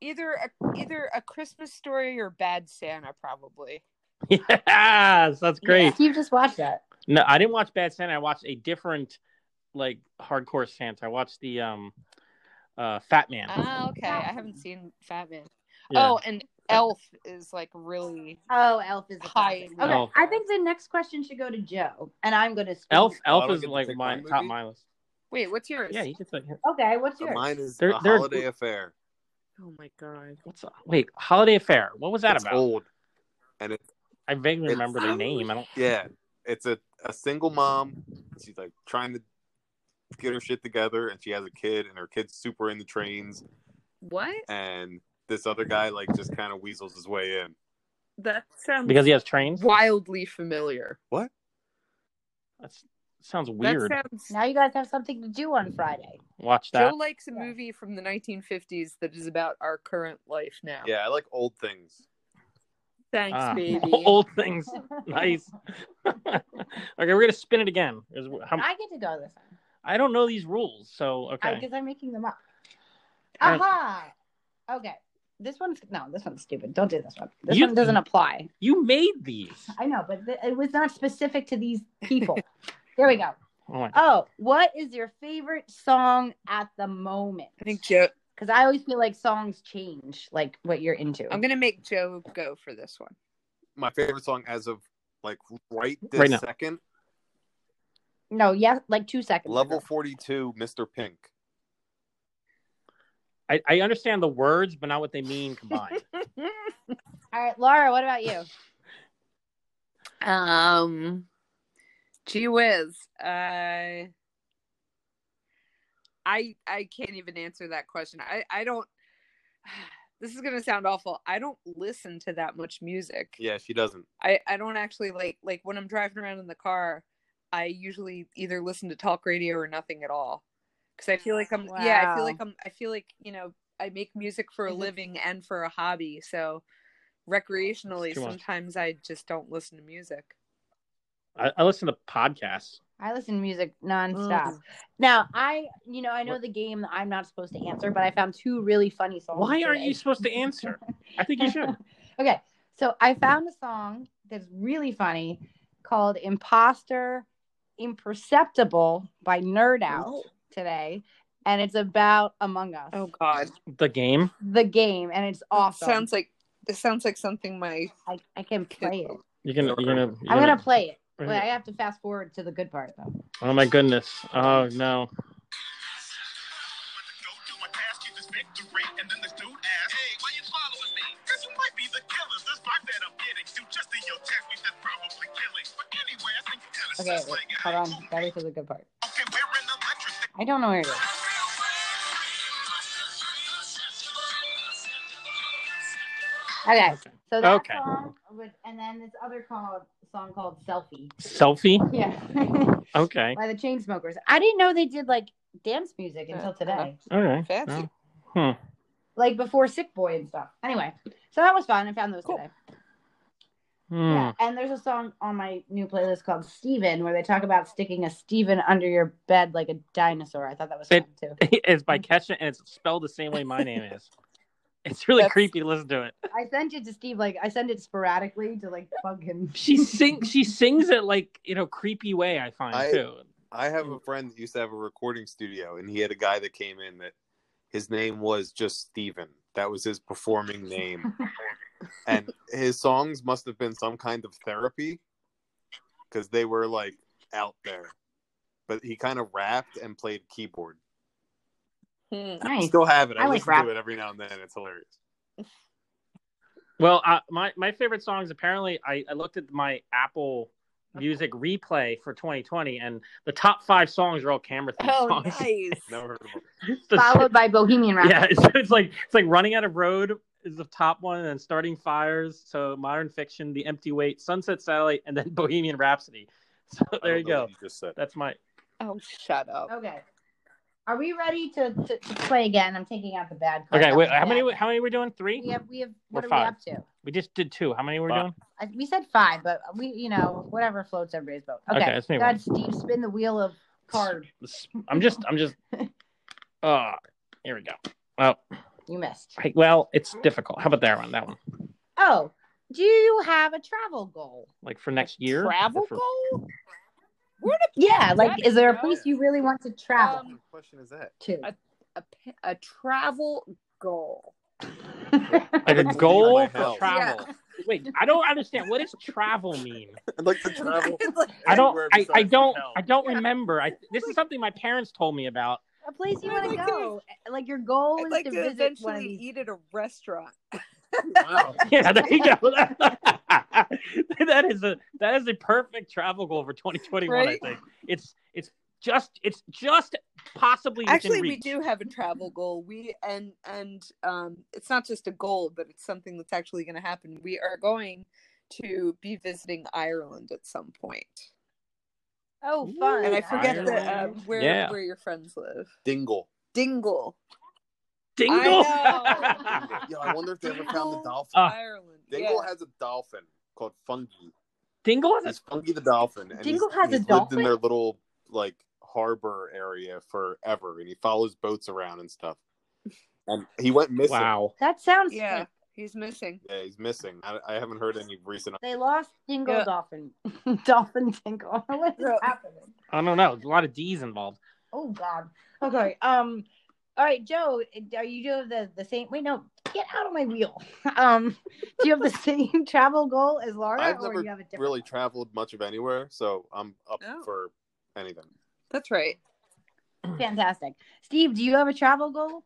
[SPEAKER 3] either a, either a Christmas story or Bad Santa probably.
[SPEAKER 4] Yes, that's great.
[SPEAKER 2] Steve just watched that.
[SPEAKER 4] No, I didn't watch Bad Santa. I watched a different like hardcore Santa. I watched the um uh Fat Man.
[SPEAKER 3] Ah, okay. I
[SPEAKER 2] Fat Man.
[SPEAKER 3] haven't seen Fat Man.
[SPEAKER 4] Yeah.
[SPEAKER 3] Oh, and Elf is like really.
[SPEAKER 2] Oh, Elf is a
[SPEAKER 3] Hi,
[SPEAKER 2] classic. Okay,
[SPEAKER 4] Elf.
[SPEAKER 2] I think the next question should go to Joe, and I'm going to speak.
[SPEAKER 4] Elf
[SPEAKER 5] Oh, I
[SPEAKER 4] Elf
[SPEAKER 5] don't
[SPEAKER 4] is
[SPEAKER 5] get to
[SPEAKER 4] like
[SPEAKER 5] pick
[SPEAKER 4] my
[SPEAKER 5] my
[SPEAKER 4] top
[SPEAKER 5] movie?
[SPEAKER 4] my list.
[SPEAKER 3] Wait, what's yours?
[SPEAKER 4] Yeah, you can say
[SPEAKER 2] Okay, what's yours?
[SPEAKER 5] Mine is
[SPEAKER 4] There-
[SPEAKER 5] a
[SPEAKER 4] there's-
[SPEAKER 5] holiday affair.
[SPEAKER 3] Oh my god.
[SPEAKER 4] what's wait, Holiday Affair. What was that
[SPEAKER 5] it's
[SPEAKER 4] about?
[SPEAKER 5] old.
[SPEAKER 4] I vaguely
[SPEAKER 5] It's-
[SPEAKER 4] remember the name. I don't
[SPEAKER 5] Yeah, it's a, a single mom. She's like trying to get her shit together, and she has a kid, and her kid's super into trains.
[SPEAKER 3] What?
[SPEAKER 5] And this other guy like just kind of weasels his way in.
[SPEAKER 3] That sounds
[SPEAKER 4] because he has trains?
[SPEAKER 3] wildly familiar.
[SPEAKER 4] That's sounds weird.
[SPEAKER 3] That sounds.
[SPEAKER 2] Now you guys have something to do on Friday.
[SPEAKER 4] Watch that.
[SPEAKER 3] Joe likes a
[SPEAKER 2] Yeah.
[SPEAKER 3] movie from the 1950s that is about our current life now.
[SPEAKER 5] Yeah, I like old things.
[SPEAKER 3] Thanks,
[SPEAKER 4] Ah.
[SPEAKER 3] baby.
[SPEAKER 4] Old things. Nice. okay, we're gonna spin it again. 'Cause I'm-
[SPEAKER 2] I get to go this time
[SPEAKER 4] I don't know these rules, so okay.
[SPEAKER 2] because I'm making them up.
[SPEAKER 4] All right.
[SPEAKER 2] Aha. Okay. This one's no. This one's stupid. Don't do this one. This
[SPEAKER 4] You-
[SPEAKER 2] one doesn't apply.
[SPEAKER 4] You made these.
[SPEAKER 2] I know, but th- it was not specific to these people. there we go.
[SPEAKER 4] Oh my
[SPEAKER 2] Oh, what is your favorite song at the moment?
[SPEAKER 3] I think Joe.
[SPEAKER 2] because I always feel like songs change, like what you're into.
[SPEAKER 3] I'm gonna make Joe go for this one.
[SPEAKER 5] My favorite song as of like right this
[SPEAKER 4] Right now.
[SPEAKER 5] second,
[SPEAKER 2] no, yes, like two seconds.
[SPEAKER 5] level
[SPEAKER 2] ago.
[SPEAKER 5] forty two, Mr. Pink.
[SPEAKER 4] I, I understand the words, but not what they mean combined.
[SPEAKER 2] All right, Laura, what about you?
[SPEAKER 3] Um, gee whiz. Uh, I I can't even answer that question. I I don't. This is gonna sound awful. I don't listen to that much music.
[SPEAKER 5] Yeah, she doesn't.
[SPEAKER 3] I I don't actually like like when I'm driving around in the car. I usually either listen to talk radio or nothing at all because I feel like I'm yeah I
[SPEAKER 2] Ah, Wow.
[SPEAKER 3] feel like I'm I feel like you know I make music for a
[SPEAKER 2] Mhm.
[SPEAKER 3] living and for a hobby so recreationally
[SPEAKER 4] too much.
[SPEAKER 3] sometimes I just don't listen to music.
[SPEAKER 4] I, I listen to podcasts.
[SPEAKER 2] I listen to music
[SPEAKER 3] Mm.
[SPEAKER 2] nonstop. Now, I, you know, I know the game that I'm not supposed to answer, but I found two really funny songs.
[SPEAKER 4] Why aren't you
[SPEAKER 2] today.
[SPEAKER 4] supposed to answer? I think you should.
[SPEAKER 2] okay, so I found a song that's really funny called "Imposter Imperceptible" by Nerd Out
[SPEAKER 3] Oh.
[SPEAKER 2] today, and it's about Among Us,
[SPEAKER 3] Oh God,
[SPEAKER 4] The game.
[SPEAKER 2] the game, and it's awesome.
[SPEAKER 3] sounds like this sounds like something my
[SPEAKER 2] I, I can play it.
[SPEAKER 4] You're gonna. You're gonna. You're
[SPEAKER 2] I'm gonna play it.
[SPEAKER 4] Right
[SPEAKER 2] Wait, I
[SPEAKER 4] here.
[SPEAKER 2] have to fast forward to the good part though.
[SPEAKER 4] Oh my goodness. Oh no.
[SPEAKER 6] go do and pass you this victory. And then this dude asked, Hey, why you following me? Cause you might be the killer. This vibe that I'm getting. You just in your test me, that's probably killing. But anyway, I think you kinda
[SPEAKER 2] Okay,
[SPEAKER 6] sound
[SPEAKER 2] wait,
[SPEAKER 6] like a-
[SPEAKER 2] hold on. That was to the good part.
[SPEAKER 6] Okay, we're in electric.
[SPEAKER 2] I don't know where it is. Okay. So that
[SPEAKER 4] Okay.
[SPEAKER 2] song, with, and then this other called, song called Selfie.
[SPEAKER 4] Selfie.
[SPEAKER 2] Yeah.
[SPEAKER 4] Okay.
[SPEAKER 2] By the Chainsmokers. I didn't know they did like dance music until
[SPEAKER 3] Uh,
[SPEAKER 2] today,
[SPEAKER 4] All right. Hmm.
[SPEAKER 3] Fancy.
[SPEAKER 4] Well,
[SPEAKER 2] like before Sick Boy and stuff. Anyway, so that was fun. I found those
[SPEAKER 3] Cool.
[SPEAKER 2] today.
[SPEAKER 4] hmm.
[SPEAKER 2] Yeah. And there's a song on my new playlist called Steven where they talk about sticking a Steven under your bed like a dinosaur. I thought that was
[SPEAKER 4] It-
[SPEAKER 2] fun too.
[SPEAKER 4] it's by Ketchup and it's spelled the same way my name is. It's really
[SPEAKER 3] That's-
[SPEAKER 4] creepy to listen to it.
[SPEAKER 2] I sent it to Steve, like, I send it sporadically to like bug him.
[SPEAKER 4] She sings she sings it like in a creepy way, I find
[SPEAKER 5] I-
[SPEAKER 4] too.
[SPEAKER 5] I have a friend that used to have a recording studio, and he had a guy that came in that his name was just Steven. That was his performing name. and his songs must have been some kind of therapy because they were like out there. But he kind of rapped and played keyboard.
[SPEAKER 3] Hmm.
[SPEAKER 5] I
[SPEAKER 2] Nice.
[SPEAKER 5] still have it.
[SPEAKER 2] I
[SPEAKER 5] I,
[SPEAKER 2] like
[SPEAKER 5] listen
[SPEAKER 2] rap.
[SPEAKER 5] to it every now and then. It's hilarious.
[SPEAKER 4] Well, uh, my my favorite songs apparently I, I looked at my Apple Music replay for 2020 and the top five songs are all camera theme
[SPEAKER 3] Oh,
[SPEAKER 4] songs.
[SPEAKER 3] nice.
[SPEAKER 5] Never heard of it.
[SPEAKER 4] The-
[SPEAKER 2] Followed by Bohemian Rhapsody.
[SPEAKER 4] yeah, it's, it's like it's like running out of road is the top one, and then starting fires. So modern fiction, the empty weight, sunset satellite, and then Bohemian Rhapsody. So
[SPEAKER 5] I
[SPEAKER 4] there
[SPEAKER 5] don't
[SPEAKER 4] you
[SPEAKER 5] know
[SPEAKER 4] go.
[SPEAKER 5] what You just said.
[SPEAKER 4] That's my
[SPEAKER 3] Oh, shut up.
[SPEAKER 2] Okay. Are we ready to, to, to play again? I'm taking out the bad card.
[SPEAKER 4] okay. Wait, how
[SPEAKER 2] Yeah.
[SPEAKER 4] many? How many we're doing? Three.
[SPEAKER 2] We have. We have. What
[SPEAKER 4] Or
[SPEAKER 2] are
[SPEAKER 4] five.
[SPEAKER 2] we up to?
[SPEAKER 4] We just did two. How many were we
[SPEAKER 5] Five.
[SPEAKER 4] doing?
[SPEAKER 2] I, we said five, but we, you know, whatever floats everybody's boat. Okay.
[SPEAKER 4] Okay, let's make
[SPEAKER 2] God, Steve, spin the wheel of card.
[SPEAKER 4] This- I'm just, I'm just. Uh, here we go. Well,
[SPEAKER 2] You missed.
[SPEAKER 4] I, well, it's difficult. How about that one? That one,
[SPEAKER 2] Oh, do you have a travel goal?
[SPEAKER 4] like for next year.
[SPEAKER 3] Travel
[SPEAKER 4] Or for-
[SPEAKER 3] goal? Where the
[SPEAKER 2] Yeah. Like,
[SPEAKER 3] That
[SPEAKER 2] is there a
[SPEAKER 3] is-
[SPEAKER 2] place you really want to travel
[SPEAKER 3] Um,
[SPEAKER 5] What question is that?
[SPEAKER 2] to?
[SPEAKER 3] I- a, p- a travel goal.
[SPEAKER 4] Like a
[SPEAKER 5] Leave
[SPEAKER 4] goal
[SPEAKER 5] my
[SPEAKER 4] for
[SPEAKER 5] house.
[SPEAKER 4] travel. Wait, I don't understand. What does travel mean?
[SPEAKER 5] I'd like to travel.
[SPEAKER 3] Like,
[SPEAKER 4] I don't.
[SPEAKER 5] Anywhere
[SPEAKER 4] I, I
[SPEAKER 5] besides
[SPEAKER 4] don't.
[SPEAKER 5] hell.
[SPEAKER 4] I don't
[SPEAKER 3] Yeah.
[SPEAKER 4] remember. I, this is something my parents told me about.
[SPEAKER 2] a place you
[SPEAKER 3] I'd
[SPEAKER 2] want
[SPEAKER 3] like
[SPEAKER 2] to
[SPEAKER 3] to-
[SPEAKER 2] go? Like your goal
[SPEAKER 3] I'd
[SPEAKER 2] is
[SPEAKER 3] like
[SPEAKER 2] to,
[SPEAKER 3] to,
[SPEAKER 2] visit one of
[SPEAKER 3] eventually
[SPEAKER 2] these.
[SPEAKER 3] eat at a restaurant.
[SPEAKER 5] Wow.
[SPEAKER 4] Yeah, there you go. that is a that is a perfect travel goal for 2021.
[SPEAKER 3] Right?
[SPEAKER 4] I think it's it's just it's just possibly within
[SPEAKER 3] Actually, we
[SPEAKER 4] reach.
[SPEAKER 3] do have a travel goal. We and and um, it's not just a goal, but it's something that's actually going to happen. We are going to be visiting Ireland at some point,
[SPEAKER 2] Oh, fun!
[SPEAKER 3] and I forget
[SPEAKER 4] Ireland.
[SPEAKER 3] the, uh, where
[SPEAKER 4] Yeah.
[SPEAKER 3] where your friends live.
[SPEAKER 5] Dingle.
[SPEAKER 3] Dingle,
[SPEAKER 4] Dingle.
[SPEAKER 3] I
[SPEAKER 5] Yeah, I wonder if they ever found the
[SPEAKER 3] Dingle,
[SPEAKER 5] dolphin.
[SPEAKER 4] Uh,
[SPEAKER 3] Ireland.
[SPEAKER 5] Dingle
[SPEAKER 3] yeah.
[SPEAKER 5] has a dolphin called Funky.
[SPEAKER 4] Dingle has a
[SPEAKER 5] He's Funky the dolphin. And
[SPEAKER 2] Dingle
[SPEAKER 5] he's-
[SPEAKER 2] has a
[SPEAKER 5] he's
[SPEAKER 2] dolphin?
[SPEAKER 5] lived in their little like harbor area forever, and he follows boats around and stuff. And he went missing.
[SPEAKER 4] Wow.
[SPEAKER 2] That sounds.
[SPEAKER 3] yeah,
[SPEAKER 2] Yeah.
[SPEAKER 3] he's missing.
[SPEAKER 5] Yeah, he's missing. I, I haven't heard any recent.
[SPEAKER 2] They lost Dingle
[SPEAKER 3] Yeah.
[SPEAKER 2] Dolphin. dolphin Dingle. what is
[SPEAKER 3] Yeah.
[SPEAKER 2] happening?
[SPEAKER 4] I don't know. There's a lot of D's involved.
[SPEAKER 2] Oh God. Okay. Um. All right, Joe. Are you doing the the same? Wait, no. Get out of my wheel. Um. Do you have the same travel goal as Laura,
[SPEAKER 5] I've
[SPEAKER 2] or
[SPEAKER 5] never
[SPEAKER 2] you have a different?
[SPEAKER 5] Really traveled much of anywhere, so I'm up
[SPEAKER 3] Oh.
[SPEAKER 5] for anything.
[SPEAKER 3] That's right.
[SPEAKER 2] one? Fantastic. Steve, do you have a travel goal?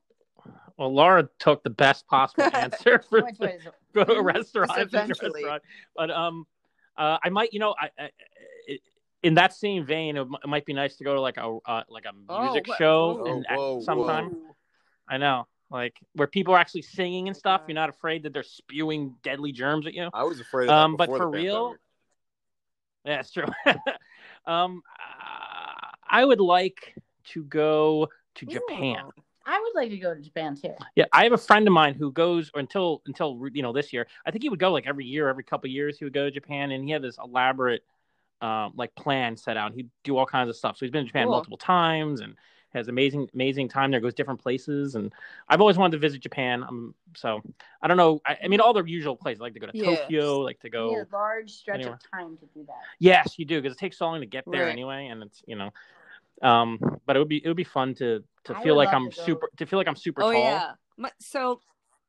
[SPEAKER 4] Well, Laura took the best possible answer for
[SPEAKER 2] Which was
[SPEAKER 4] go to a restaurant,
[SPEAKER 3] Just
[SPEAKER 4] visit a
[SPEAKER 3] eventually.
[SPEAKER 4] restaurant. But um, uh, I might, you know, I, I I- in that same vein, it, m- it might be nice to go to like a uh, like a
[SPEAKER 3] Oh,
[SPEAKER 4] music
[SPEAKER 3] what-
[SPEAKER 4] show
[SPEAKER 3] whoa.
[SPEAKER 4] and
[SPEAKER 5] Oh, whoa,
[SPEAKER 4] sometime.
[SPEAKER 3] Ooh.
[SPEAKER 4] I know, like where people are actually singing and stuff.
[SPEAKER 3] God.
[SPEAKER 4] You're not afraid that they're spewing deadly germs at you.
[SPEAKER 3] Uh.
[SPEAKER 5] I was afraid of that
[SPEAKER 4] Um, but
[SPEAKER 5] before
[SPEAKER 4] for
[SPEAKER 5] the
[SPEAKER 4] real,
[SPEAKER 5] pandemic.
[SPEAKER 4] Yeah, that's true. um, uh, I would like to go to Japan.
[SPEAKER 3] Ooh.
[SPEAKER 2] I would like to go to Japan too.
[SPEAKER 4] Yeah, I have a friend of mine who goes or until until you know this year. I think he would go like every year, every couple of years. He would go to Japan, and he had this elaborate um, like plan set out. He'd do all kinds of stuff. So he's been to Japan
[SPEAKER 3] Cool.
[SPEAKER 4] multiple times and has amazing amazing time there. Goes different places, and I've always wanted to visit Japan. Um, so I don't know. I, I mean, all the usual places. I like to go to
[SPEAKER 3] Yeah.
[SPEAKER 4] Tokyo. Like to
[SPEAKER 2] You
[SPEAKER 4] go.
[SPEAKER 2] need a large stretch
[SPEAKER 4] anywhere.
[SPEAKER 2] of time to do that.
[SPEAKER 4] Yes, you do because it takes so long to get there
[SPEAKER 3] Right.
[SPEAKER 4] anyway, and it's you know. Um, but it would be it would be fun to to
[SPEAKER 2] I
[SPEAKER 4] feel
[SPEAKER 2] would
[SPEAKER 4] like
[SPEAKER 2] love
[SPEAKER 4] I'm
[SPEAKER 2] to go.
[SPEAKER 4] super to feel like I'm super
[SPEAKER 3] Oh
[SPEAKER 4] tall
[SPEAKER 3] yeah. My, so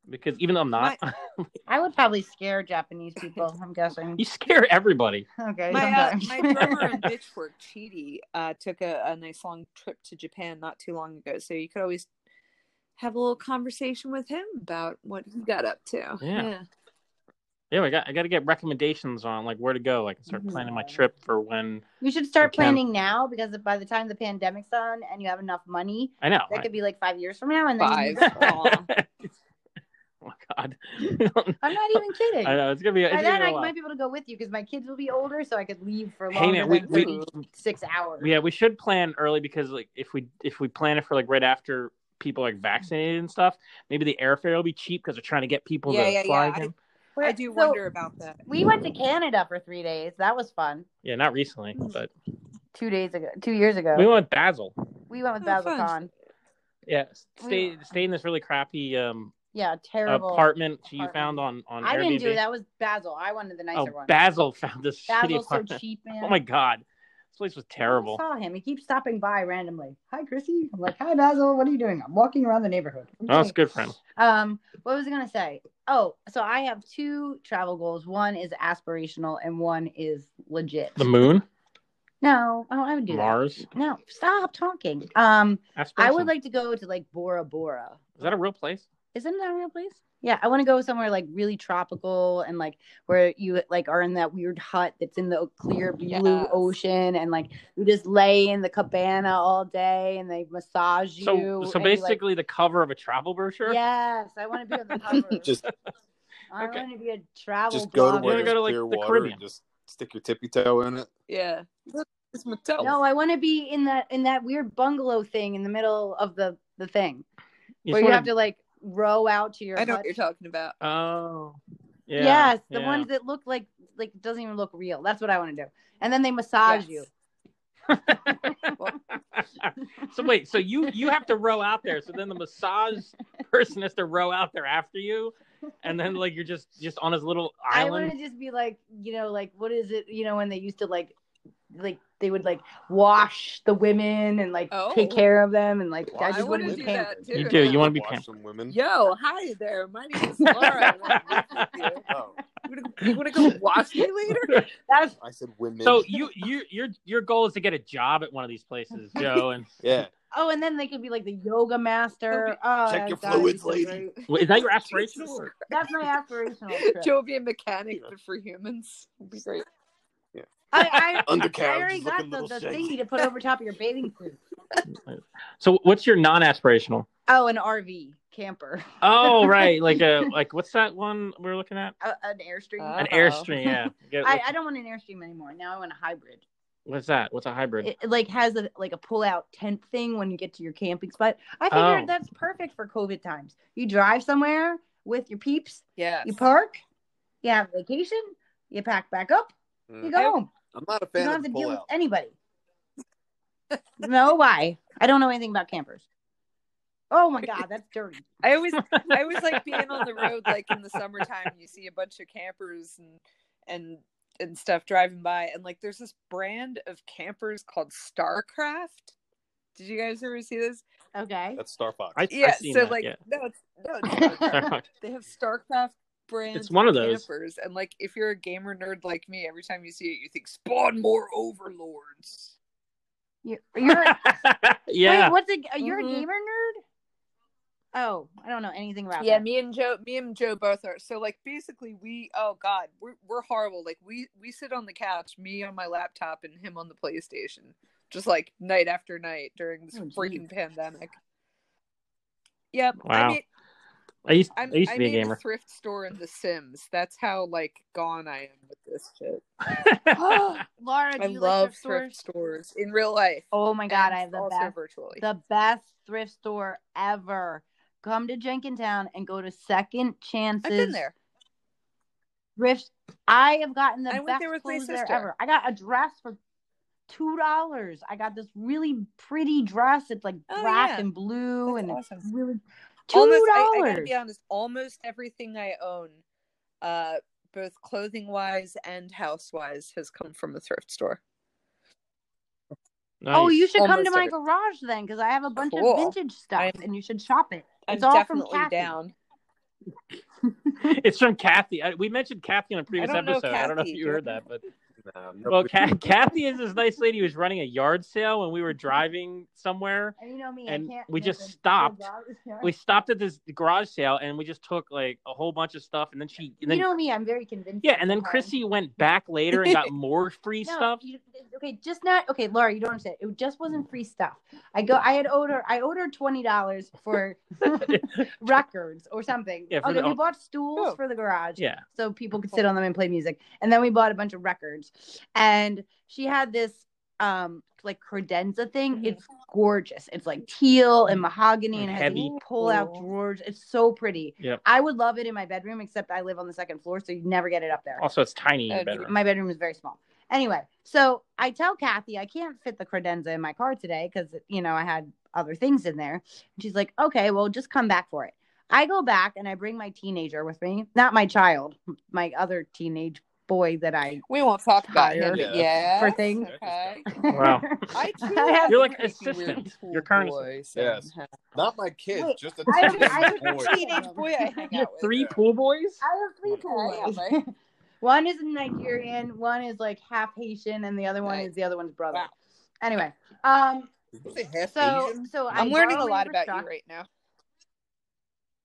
[SPEAKER 4] because even though I'm not,
[SPEAKER 2] I would probably scare Japanese people. I'm guessing.
[SPEAKER 4] you scare everybody.
[SPEAKER 2] Okay.
[SPEAKER 3] my uh,
[SPEAKER 2] sometimes.
[SPEAKER 3] my drummer and bitchwork Chidi uh, took a, a nice long trip to Japan not too long ago, so you could always have a little conversation with him about what he got up to.
[SPEAKER 4] Yeah. Yeah, I got I got to get recommendations on like where to go. I can start
[SPEAKER 3] Mhm.
[SPEAKER 2] Mm-hmm.
[SPEAKER 4] planning my trip for when
[SPEAKER 2] You should start
[SPEAKER 4] You can.
[SPEAKER 2] planning now because by the time the pandemic's on and you have enough money,
[SPEAKER 4] I know.
[SPEAKER 2] that could be like five years from now. And then you
[SPEAKER 3] Five.
[SPEAKER 2] move.
[SPEAKER 4] I- Oh, God.
[SPEAKER 2] I'm not even kidding.
[SPEAKER 4] I know it's gonna be. It's
[SPEAKER 2] By
[SPEAKER 4] gonna
[SPEAKER 2] then,
[SPEAKER 4] be a
[SPEAKER 2] I
[SPEAKER 4] while.
[SPEAKER 2] might be able to go with you because my kids will be older, so I could leave for longer
[SPEAKER 4] Hey man, we,
[SPEAKER 2] than
[SPEAKER 4] we
[SPEAKER 2] freaking six hours.
[SPEAKER 4] yeah we should plan early because like if we if we plan it for like right after people like vaccinated and stuff, maybe the airfare will be cheap because they're trying to get people
[SPEAKER 3] Yeah,
[SPEAKER 4] to
[SPEAKER 3] yeah,
[SPEAKER 4] fly
[SPEAKER 3] yeah.
[SPEAKER 4] again.
[SPEAKER 2] Where-
[SPEAKER 3] I do
[SPEAKER 2] so,
[SPEAKER 3] wonder about that.
[SPEAKER 2] We went to Canada for three days. That was fun.
[SPEAKER 4] Yeah, not recently,
[SPEAKER 2] Mm.
[SPEAKER 4] but
[SPEAKER 2] Two days ago, two years ago,
[SPEAKER 4] we went with Basil.
[SPEAKER 2] we went with
[SPEAKER 3] Oh,
[SPEAKER 2] Basil
[SPEAKER 3] fun.
[SPEAKER 2] Khan.
[SPEAKER 4] Yeah, stay
[SPEAKER 2] We-
[SPEAKER 4] stay in this really crappy um
[SPEAKER 2] Yeah, terrible.
[SPEAKER 4] apartment you
[SPEAKER 2] apartment.
[SPEAKER 4] found on on
[SPEAKER 2] I
[SPEAKER 4] Airbnb.
[SPEAKER 2] didn't do that. Was Basil? I wanted the nicer
[SPEAKER 4] oh,
[SPEAKER 2] one.
[SPEAKER 4] Basil found this shitty
[SPEAKER 2] Basil's so
[SPEAKER 4] apartment.
[SPEAKER 2] cheap, man.
[SPEAKER 4] Oh my god, this place was
[SPEAKER 2] I
[SPEAKER 4] terrible.
[SPEAKER 2] saw him. He keeps stopping by randomly. Hi, Chrissy. I'm like, hi, Basil. What are you doing? I'm walking around the neighborhood. I'm
[SPEAKER 4] Oh, that's
[SPEAKER 2] great.
[SPEAKER 4] good for him.
[SPEAKER 2] Um, what was I gonna say? Oh, so I have two travel goals. One is aspirational, and one is legit.
[SPEAKER 4] The moon,
[SPEAKER 2] no, oh, I would do
[SPEAKER 4] Mars.
[SPEAKER 2] that. No, stop talking. Um, I
[SPEAKER 4] Aspiration.
[SPEAKER 2] would like to go to like Bora Bora.
[SPEAKER 4] Is that a real place?
[SPEAKER 2] Isn't that a real place? Yeah, I want to go somewhere like really tropical and like where you like are in that weird hut that's in the clear blue
[SPEAKER 3] Yes.
[SPEAKER 2] ocean and like you just lay in the cabana all day and they massage you.
[SPEAKER 4] So, so
[SPEAKER 2] and you, like-
[SPEAKER 4] basically, the cover of a travel brochure.
[SPEAKER 2] yes, I want to be on the cover.
[SPEAKER 5] Just
[SPEAKER 2] I
[SPEAKER 4] Okay.
[SPEAKER 2] want to be a travel.
[SPEAKER 5] just go to
[SPEAKER 2] blogger.
[SPEAKER 4] You wanna
[SPEAKER 5] where
[SPEAKER 4] go
[SPEAKER 5] there's
[SPEAKER 4] to, like,
[SPEAKER 5] clear
[SPEAKER 4] the
[SPEAKER 5] water
[SPEAKER 4] Caribbean?
[SPEAKER 5] and just stick your tippy toe in it.
[SPEAKER 3] Yeah. It's my toe.
[SPEAKER 2] No, I want to be in that in that weird bungalow thing in the middle of the the thing
[SPEAKER 4] You
[SPEAKER 2] where you
[SPEAKER 4] just wanna-
[SPEAKER 2] have to like row out to your.
[SPEAKER 3] I know
[SPEAKER 2] hut.
[SPEAKER 3] what you're talking about.
[SPEAKER 4] Oh, yeah.
[SPEAKER 2] yes, the
[SPEAKER 4] yeah.
[SPEAKER 2] ones that look like like doesn't even look real. That's what I want to do. And then they massage
[SPEAKER 3] Yes.
[SPEAKER 2] you.
[SPEAKER 4] so wait, so you you have to row out there. So then the massage person has to row out there after you, and then like you're just just on his little
[SPEAKER 2] I want
[SPEAKER 4] island.
[SPEAKER 2] to just be like, you know, like what is it? You know, when they used to like, like they would like wash the women and like
[SPEAKER 3] Oh.
[SPEAKER 2] take care of them and like
[SPEAKER 5] Wow.
[SPEAKER 2] I
[SPEAKER 3] I
[SPEAKER 2] just want
[SPEAKER 3] wanna
[SPEAKER 2] to
[SPEAKER 5] live
[SPEAKER 2] be
[SPEAKER 3] do
[SPEAKER 5] in
[SPEAKER 2] pampered.
[SPEAKER 3] that
[SPEAKER 5] it.
[SPEAKER 3] too.
[SPEAKER 4] You do, you wanna be
[SPEAKER 5] Wash
[SPEAKER 4] pampered.
[SPEAKER 5] some women.
[SPEAKER 3] Yo, hi there. My name is Laura. and I'm with you.
[SPEAKER 5] Oh,
[SPEAKER 3] You wanna- You want to go watch me later?
[SPEAKER 2] That's
[SPEAKER 5] I said women.
[SPEAKER 4] So you you your your goal is to get a job at one of these places, Joe. And
[SPEAKER 5] yeah,
[SPEAKER 2] oh, and then they could be like the yoga master. Oh,
[SPEAKER 5] Check
[SPEAKER 2] that-
[SPEAKER 5] your
[SPEAKER 2] that would be
[SPEAKER 5] fluids,
[SPEAKER 2] so
[SPEAKER 5] lady.
[SPEAKER 2] great.
[SPEAKER 4] Wait, is that your aspirational? or-
[SPEAKER 2] That's my aspirational trip.
[SPEAKER 3] Jovian mechanic, but for humans. It'd be great.
[SPEAKER 2] I, I,
[SPEAKER 5] undercarriage.
[SPEAKER 2] I already
[SPEAKER 5] is looking
[SPEAKER 2] got the,
[SPEAKER 5] a little
[SPEAKER 2] the
[SPEAKER 5] shaky.
[SPEAKER 2] thingy to put over top of your bathing suit.
[SPEAKER 4] So what's your non-aspirational?
[SPEAKER 2] Oh, an RV camper,
[SPEAKER 4] Oh right, like a like what's that one we we're looking at?
[SPEAKER 2] A- an airstream.
[SPEAKER 3] Uh,
[SPEAKER 4] An
[SPEAKER 3] Uh-oh.
[SPEAKER 4] airstream, yeah. Get-
[SPEAKER 2] I, I don't want an airstream anymore. Now I want a hybrid.
[SPEAKER 4] what's that? What's a hybrid?
[SPEAKER 2] It, it, like has a like a pull out tent thing when you get to your camping spot. I figured
[SPEAKER 4] Oh.
[SPEAKER 2] that's perfect for COVID times. You drive somewhere with your peeps,
[SPEAKER 3] Yes.
[SPEAKER 2] you park, you have a vacation, you pack back up, you
[SPEAKER 5] Mm.
[SPEAKER 2] go
[SPEAKER 3] Yep.
[SPEAKER 2] home.
[SPEAKER 5] I'm not a
[SPEAKER 2] You
[SPEAKER 5] fan
[SPEAKER 2] don't
[SPEAKER 5] of
[SPEAKER 2] have
[SPEAKER 5] the
[SPEAKER 2] to deal with
[SPEAKER 5] pullout.
[SPEAKER 2] anybody. no, why? I don't know anything about campers. Oh my god, that's dirty.
[SPEAKER 3] I always I always like being on the road like in the summertime you see a bunch of campers and and and stuff driving by and like there's this brand of campers called Starcraft. Did you guys ever see this?
[SPEAKER 2] Okay.
[SPEAKER 5] That's Star Fox.
[SPEAKER 4] I,
[SPEAKER 3] Yeah,
[SPEAKER 4] I've seen
[SPEAKER 3] so
[SPEAKER 4] that,
[SPEAKER 3] like
[SPEAKER 4] yeah.
[SPEAKER 3] no it's no it's Starcraft.
[SPEAKER 4] Sorry.
[SPEAKER 3] they have Starcraft brands
[SPEAKER 4] It's one of
[SPEAKER 3] for
[SPEAKER 4] those.
[SPEAKER 3] campers and like if you're a gamer nerd like me every time you see it you think spawn more overlords.
[SPEAKER 2] You're, you're
[SPEAKER 4] yeah.
[SPEAKER 2] Wait, what's a you're
[SPEAKER 3] Mhm.
[SPEAKER 2] a gamer nerd? Oh, I don't know anything about
[SPEAKER 3] yeah
[SPEAKER 2] that.
[SPEAKER 3] me and joe me and joe both are so like basically we oh god we're, we're horrible like we we sit on the couch me on my laptop and him on the playstation just like night after night during this
[SPEAKER 2] Oh,
[SPEAKER 3] freaking pandemic yep
[SPEAKER 4] Wow.
[SPEAKER 3] i mean
[SPEAKER 4] I used, i
[SPEAKER 3] I'm,
[SPEAKER 4] used to
[SPEAKER 3] I
[SPEAKER 4] be a
[SPEAKER 3] made
[SPEAKER 4] gamer.
[SPEAKER 3] a thrift store in The Sims. That's how like gone I am with this shit. Oh,
[SPEAKER 2] Laura, Oh, do
[SPEAKER 3] I
[SPEAKER 2] you
[SPEAKER 3] love
[SPEAKER 2] like thrift
[SPEAKER 3] thrift
[SPEAKER 2] stores?
[SPEAKER 3] stores in real life.
[SPEAKER 2] Oh my god,
[SPEAKER 3] and
[SPEAKER 2] I have the
[SPEAKER 3] also
[SPEAKER 2] best,
[SPEAKER 3] virtually.
[SPEAKER 2] the best thrift store ever. Come to Jenkintown and go to Second Chances
[SPEAKER 3] I've been there.
[SPEAKER 2] Thrift. I have gotten the
[SPEAKER 3] I went
[SPEAKER 2] best
[SPEAKER 3] there with my
[SPEAKER 2] clothes there
[SPEAKER 3] sister.
[SPEAKER 2] ever. I got a dress for two dollars. I got this really pretty dress. It's like
[SPEAKER 3] Oh,
[SPEAKER 2] black
[SPEAKER 3] yeah.
[SPEAKER 2] and blue
[SPEAKER 3] That's
[SPEAKER 2] and it's
[SPEAKER 3] awesome.
[SPEAKER 2] really two
[SPEAKER 3] almost I, I gotta
[SPEAKER 2] dollars.
[SPEAKER 3] be honest almost everything i own uh both clothing wise and house wise has come from a thrift store
[SPEAKER 2] Oh, you
[SPEAKER 4] Nice.
[SPEAKER 2] should come to
[SPEAKER 3] Almost
[SPEAKER 2] my
[SPEAKER 3] everything.
[SPEAKER 2] garage then, because I have a bunch
[SPEAKER 3] Cool.
[SPEAKER 2] of vintage stuff,
[SPEAKER 3] I'm-
[SPEAKER 2] and you should shop it. It's
[SPEAKER 3] i'm
[SPEAKER 2] all
[SPEAKER 3] definitely
[SPEAKER 2] from Kathy.
[SPEAKER 3] down
[SPEAKER 4] It's from Kathy. I, we mentioned Kathy in a previous
[SPEAKER 3] I don't know
[SPEAKER 4] episode. I don't know if
[SPEAKER 3] Kathy.
[SPEAKER 4] you heard that, but
[SPEAKER 5] Nah, no,
[SPEAKER 4] well,
[SPEAKER 5] we-
[SPEAKER 4] Ka- Kathy is this nice lady who was running a yard sale when we were driving somewhere.
[SPEAKER 2] And you know me,
[SPEAKER 4] And
[SPEAKER 2] I can't.
[SPEAKER 4] we
[SPEAKER 2] make
[SPEAKER 4] just
[SPEAKER 2] a-
[SPEAKER 4] stopped.
[SPEAKER 2] Yeah.
[SPEAKER 4] We stopped at this garage sale and we just took like a whole bunch of stuff, and then she, and then
[SPEAKER 2] you know me, I'm very convinced.
[SPEAKER 4] yeah, and then Chrissy went back later and got more free
[SPEAKER 2] no,
[SPEAKER 4] stuff.
[SPEAKER 2] you- okay, okay, just not okay, Laura. You don't understand. It just wasn't free stuff. I go. I had order. I ordered twenty dollars for records or something.
[SPEAKER 4] Yeah, for
[SPEAKER 2] okay,
[SPEAKER 4] the-
[SPEAKER 2] we bought stools
[SPEAKER 3] Oh.
[SPEAKER 2] for the garage
[SPEAKER 4] yeah.
[SPEAKER 2] so people could sit on them and play music. And then we bought a bunch of records. And she had this um like credenza thing.
[SPEAKER 4] Mm-hmm.
[SPEAKER 3] Mhm.
[SPEAKER 2] It's gorgeous. It's like teal and mahogany and,
[SPEAKER 4] And
[SPEAKER 2] it has
[SPEAKER 4] Mm-hmm. heavy.
[SPEAKER 2] these pull out
[SPEAKER 3] Cool.
[SPEAKER 2] drawers. It's so pretty.
[SPEAKER 4] Yep.
[SPEAKER 2] I would love it in my bedroom, except I live on the second floor, so you never get it up there.
[SPEAKER 4] Also, it's tiny in your
[SPEAKER 3] Okay.
[SPEAKER 4] bedroom.
[SPEAKER 2] My bedroom is very small. Anyway, so I tell Kathy I can't fit the credenza in my car today because you know I had other things in there. And she's like, "Okay, well, just come back for it." I go back and I bring my teenager with me, not my child, my other teenage boy that I.
[SPEAKER 3] We won't talk about
[SPEAKER 2] Hire.
[SPEAKER 3] him.
[SPEAKER 5] Yeah.
[SPEAKER 3] Yeah.
[SPEAKER 2] For things.
[SPEAKER 3] Okay.
[SPEAKER 4] Wow.
[SPEAKER 3] I too.
[SPEAKER 2] I have-
[SPEAKER 4] You're like
[SPEAKER 3] a creepy, weird
[SPEAKER 4] assistant.
[SPEAKER 3] cool
[SPEAKER 4] Your current
[SPEAKER 3] boy
[SPEAKER 5] Yes.
[SPEAKER 3] somehow.
[SPEAKER 5] Not my kids,
[SPEAKER 2] Wait,
[SPEAKER 5] just a
[SPEAKER 2] I
[SPEAKER 5] teenage
[SPEAKER 2] would- I would-
[SPEAKER 5] boy.
[SPEAKER 2] I
[SPEAKER 3] Teenage boy I hang
[SPEAKER 4] You have
[SPEAKER 3] out with.
[SPEAKER 4] three
[SPEAKER 5] Yeah.
[SPEAKER 4] pool boys?
[SPEAKER 2] I have three
[SPEAKER 3] Yeah,
[SPEAKER 2] boys.
[SPEAKER 3] right.
[SPEAKER 2] one is Nigerian, one is like half Haitian, and the other one
[SPEAKER 3] Nice.
[SPEAKER 2] is the other one's brother.
[SPEAKER 3] Wow.
[SPEAKER 2] Anyway, um,
[SPEAKER 5] Did you say half
[SPEAKER 2] so
[SPEAKER 5] Asian?
[SPEAKER 2] so I
[SPEAKER 3] I'm learning a
[SPEAKER 2] borrow
[SPEAKER 3] lot
[SPEAKER 2] Amber's
[SPEAKER 3] about
[SPEAKER 2] truck.
[SPEAKER 3] you right now.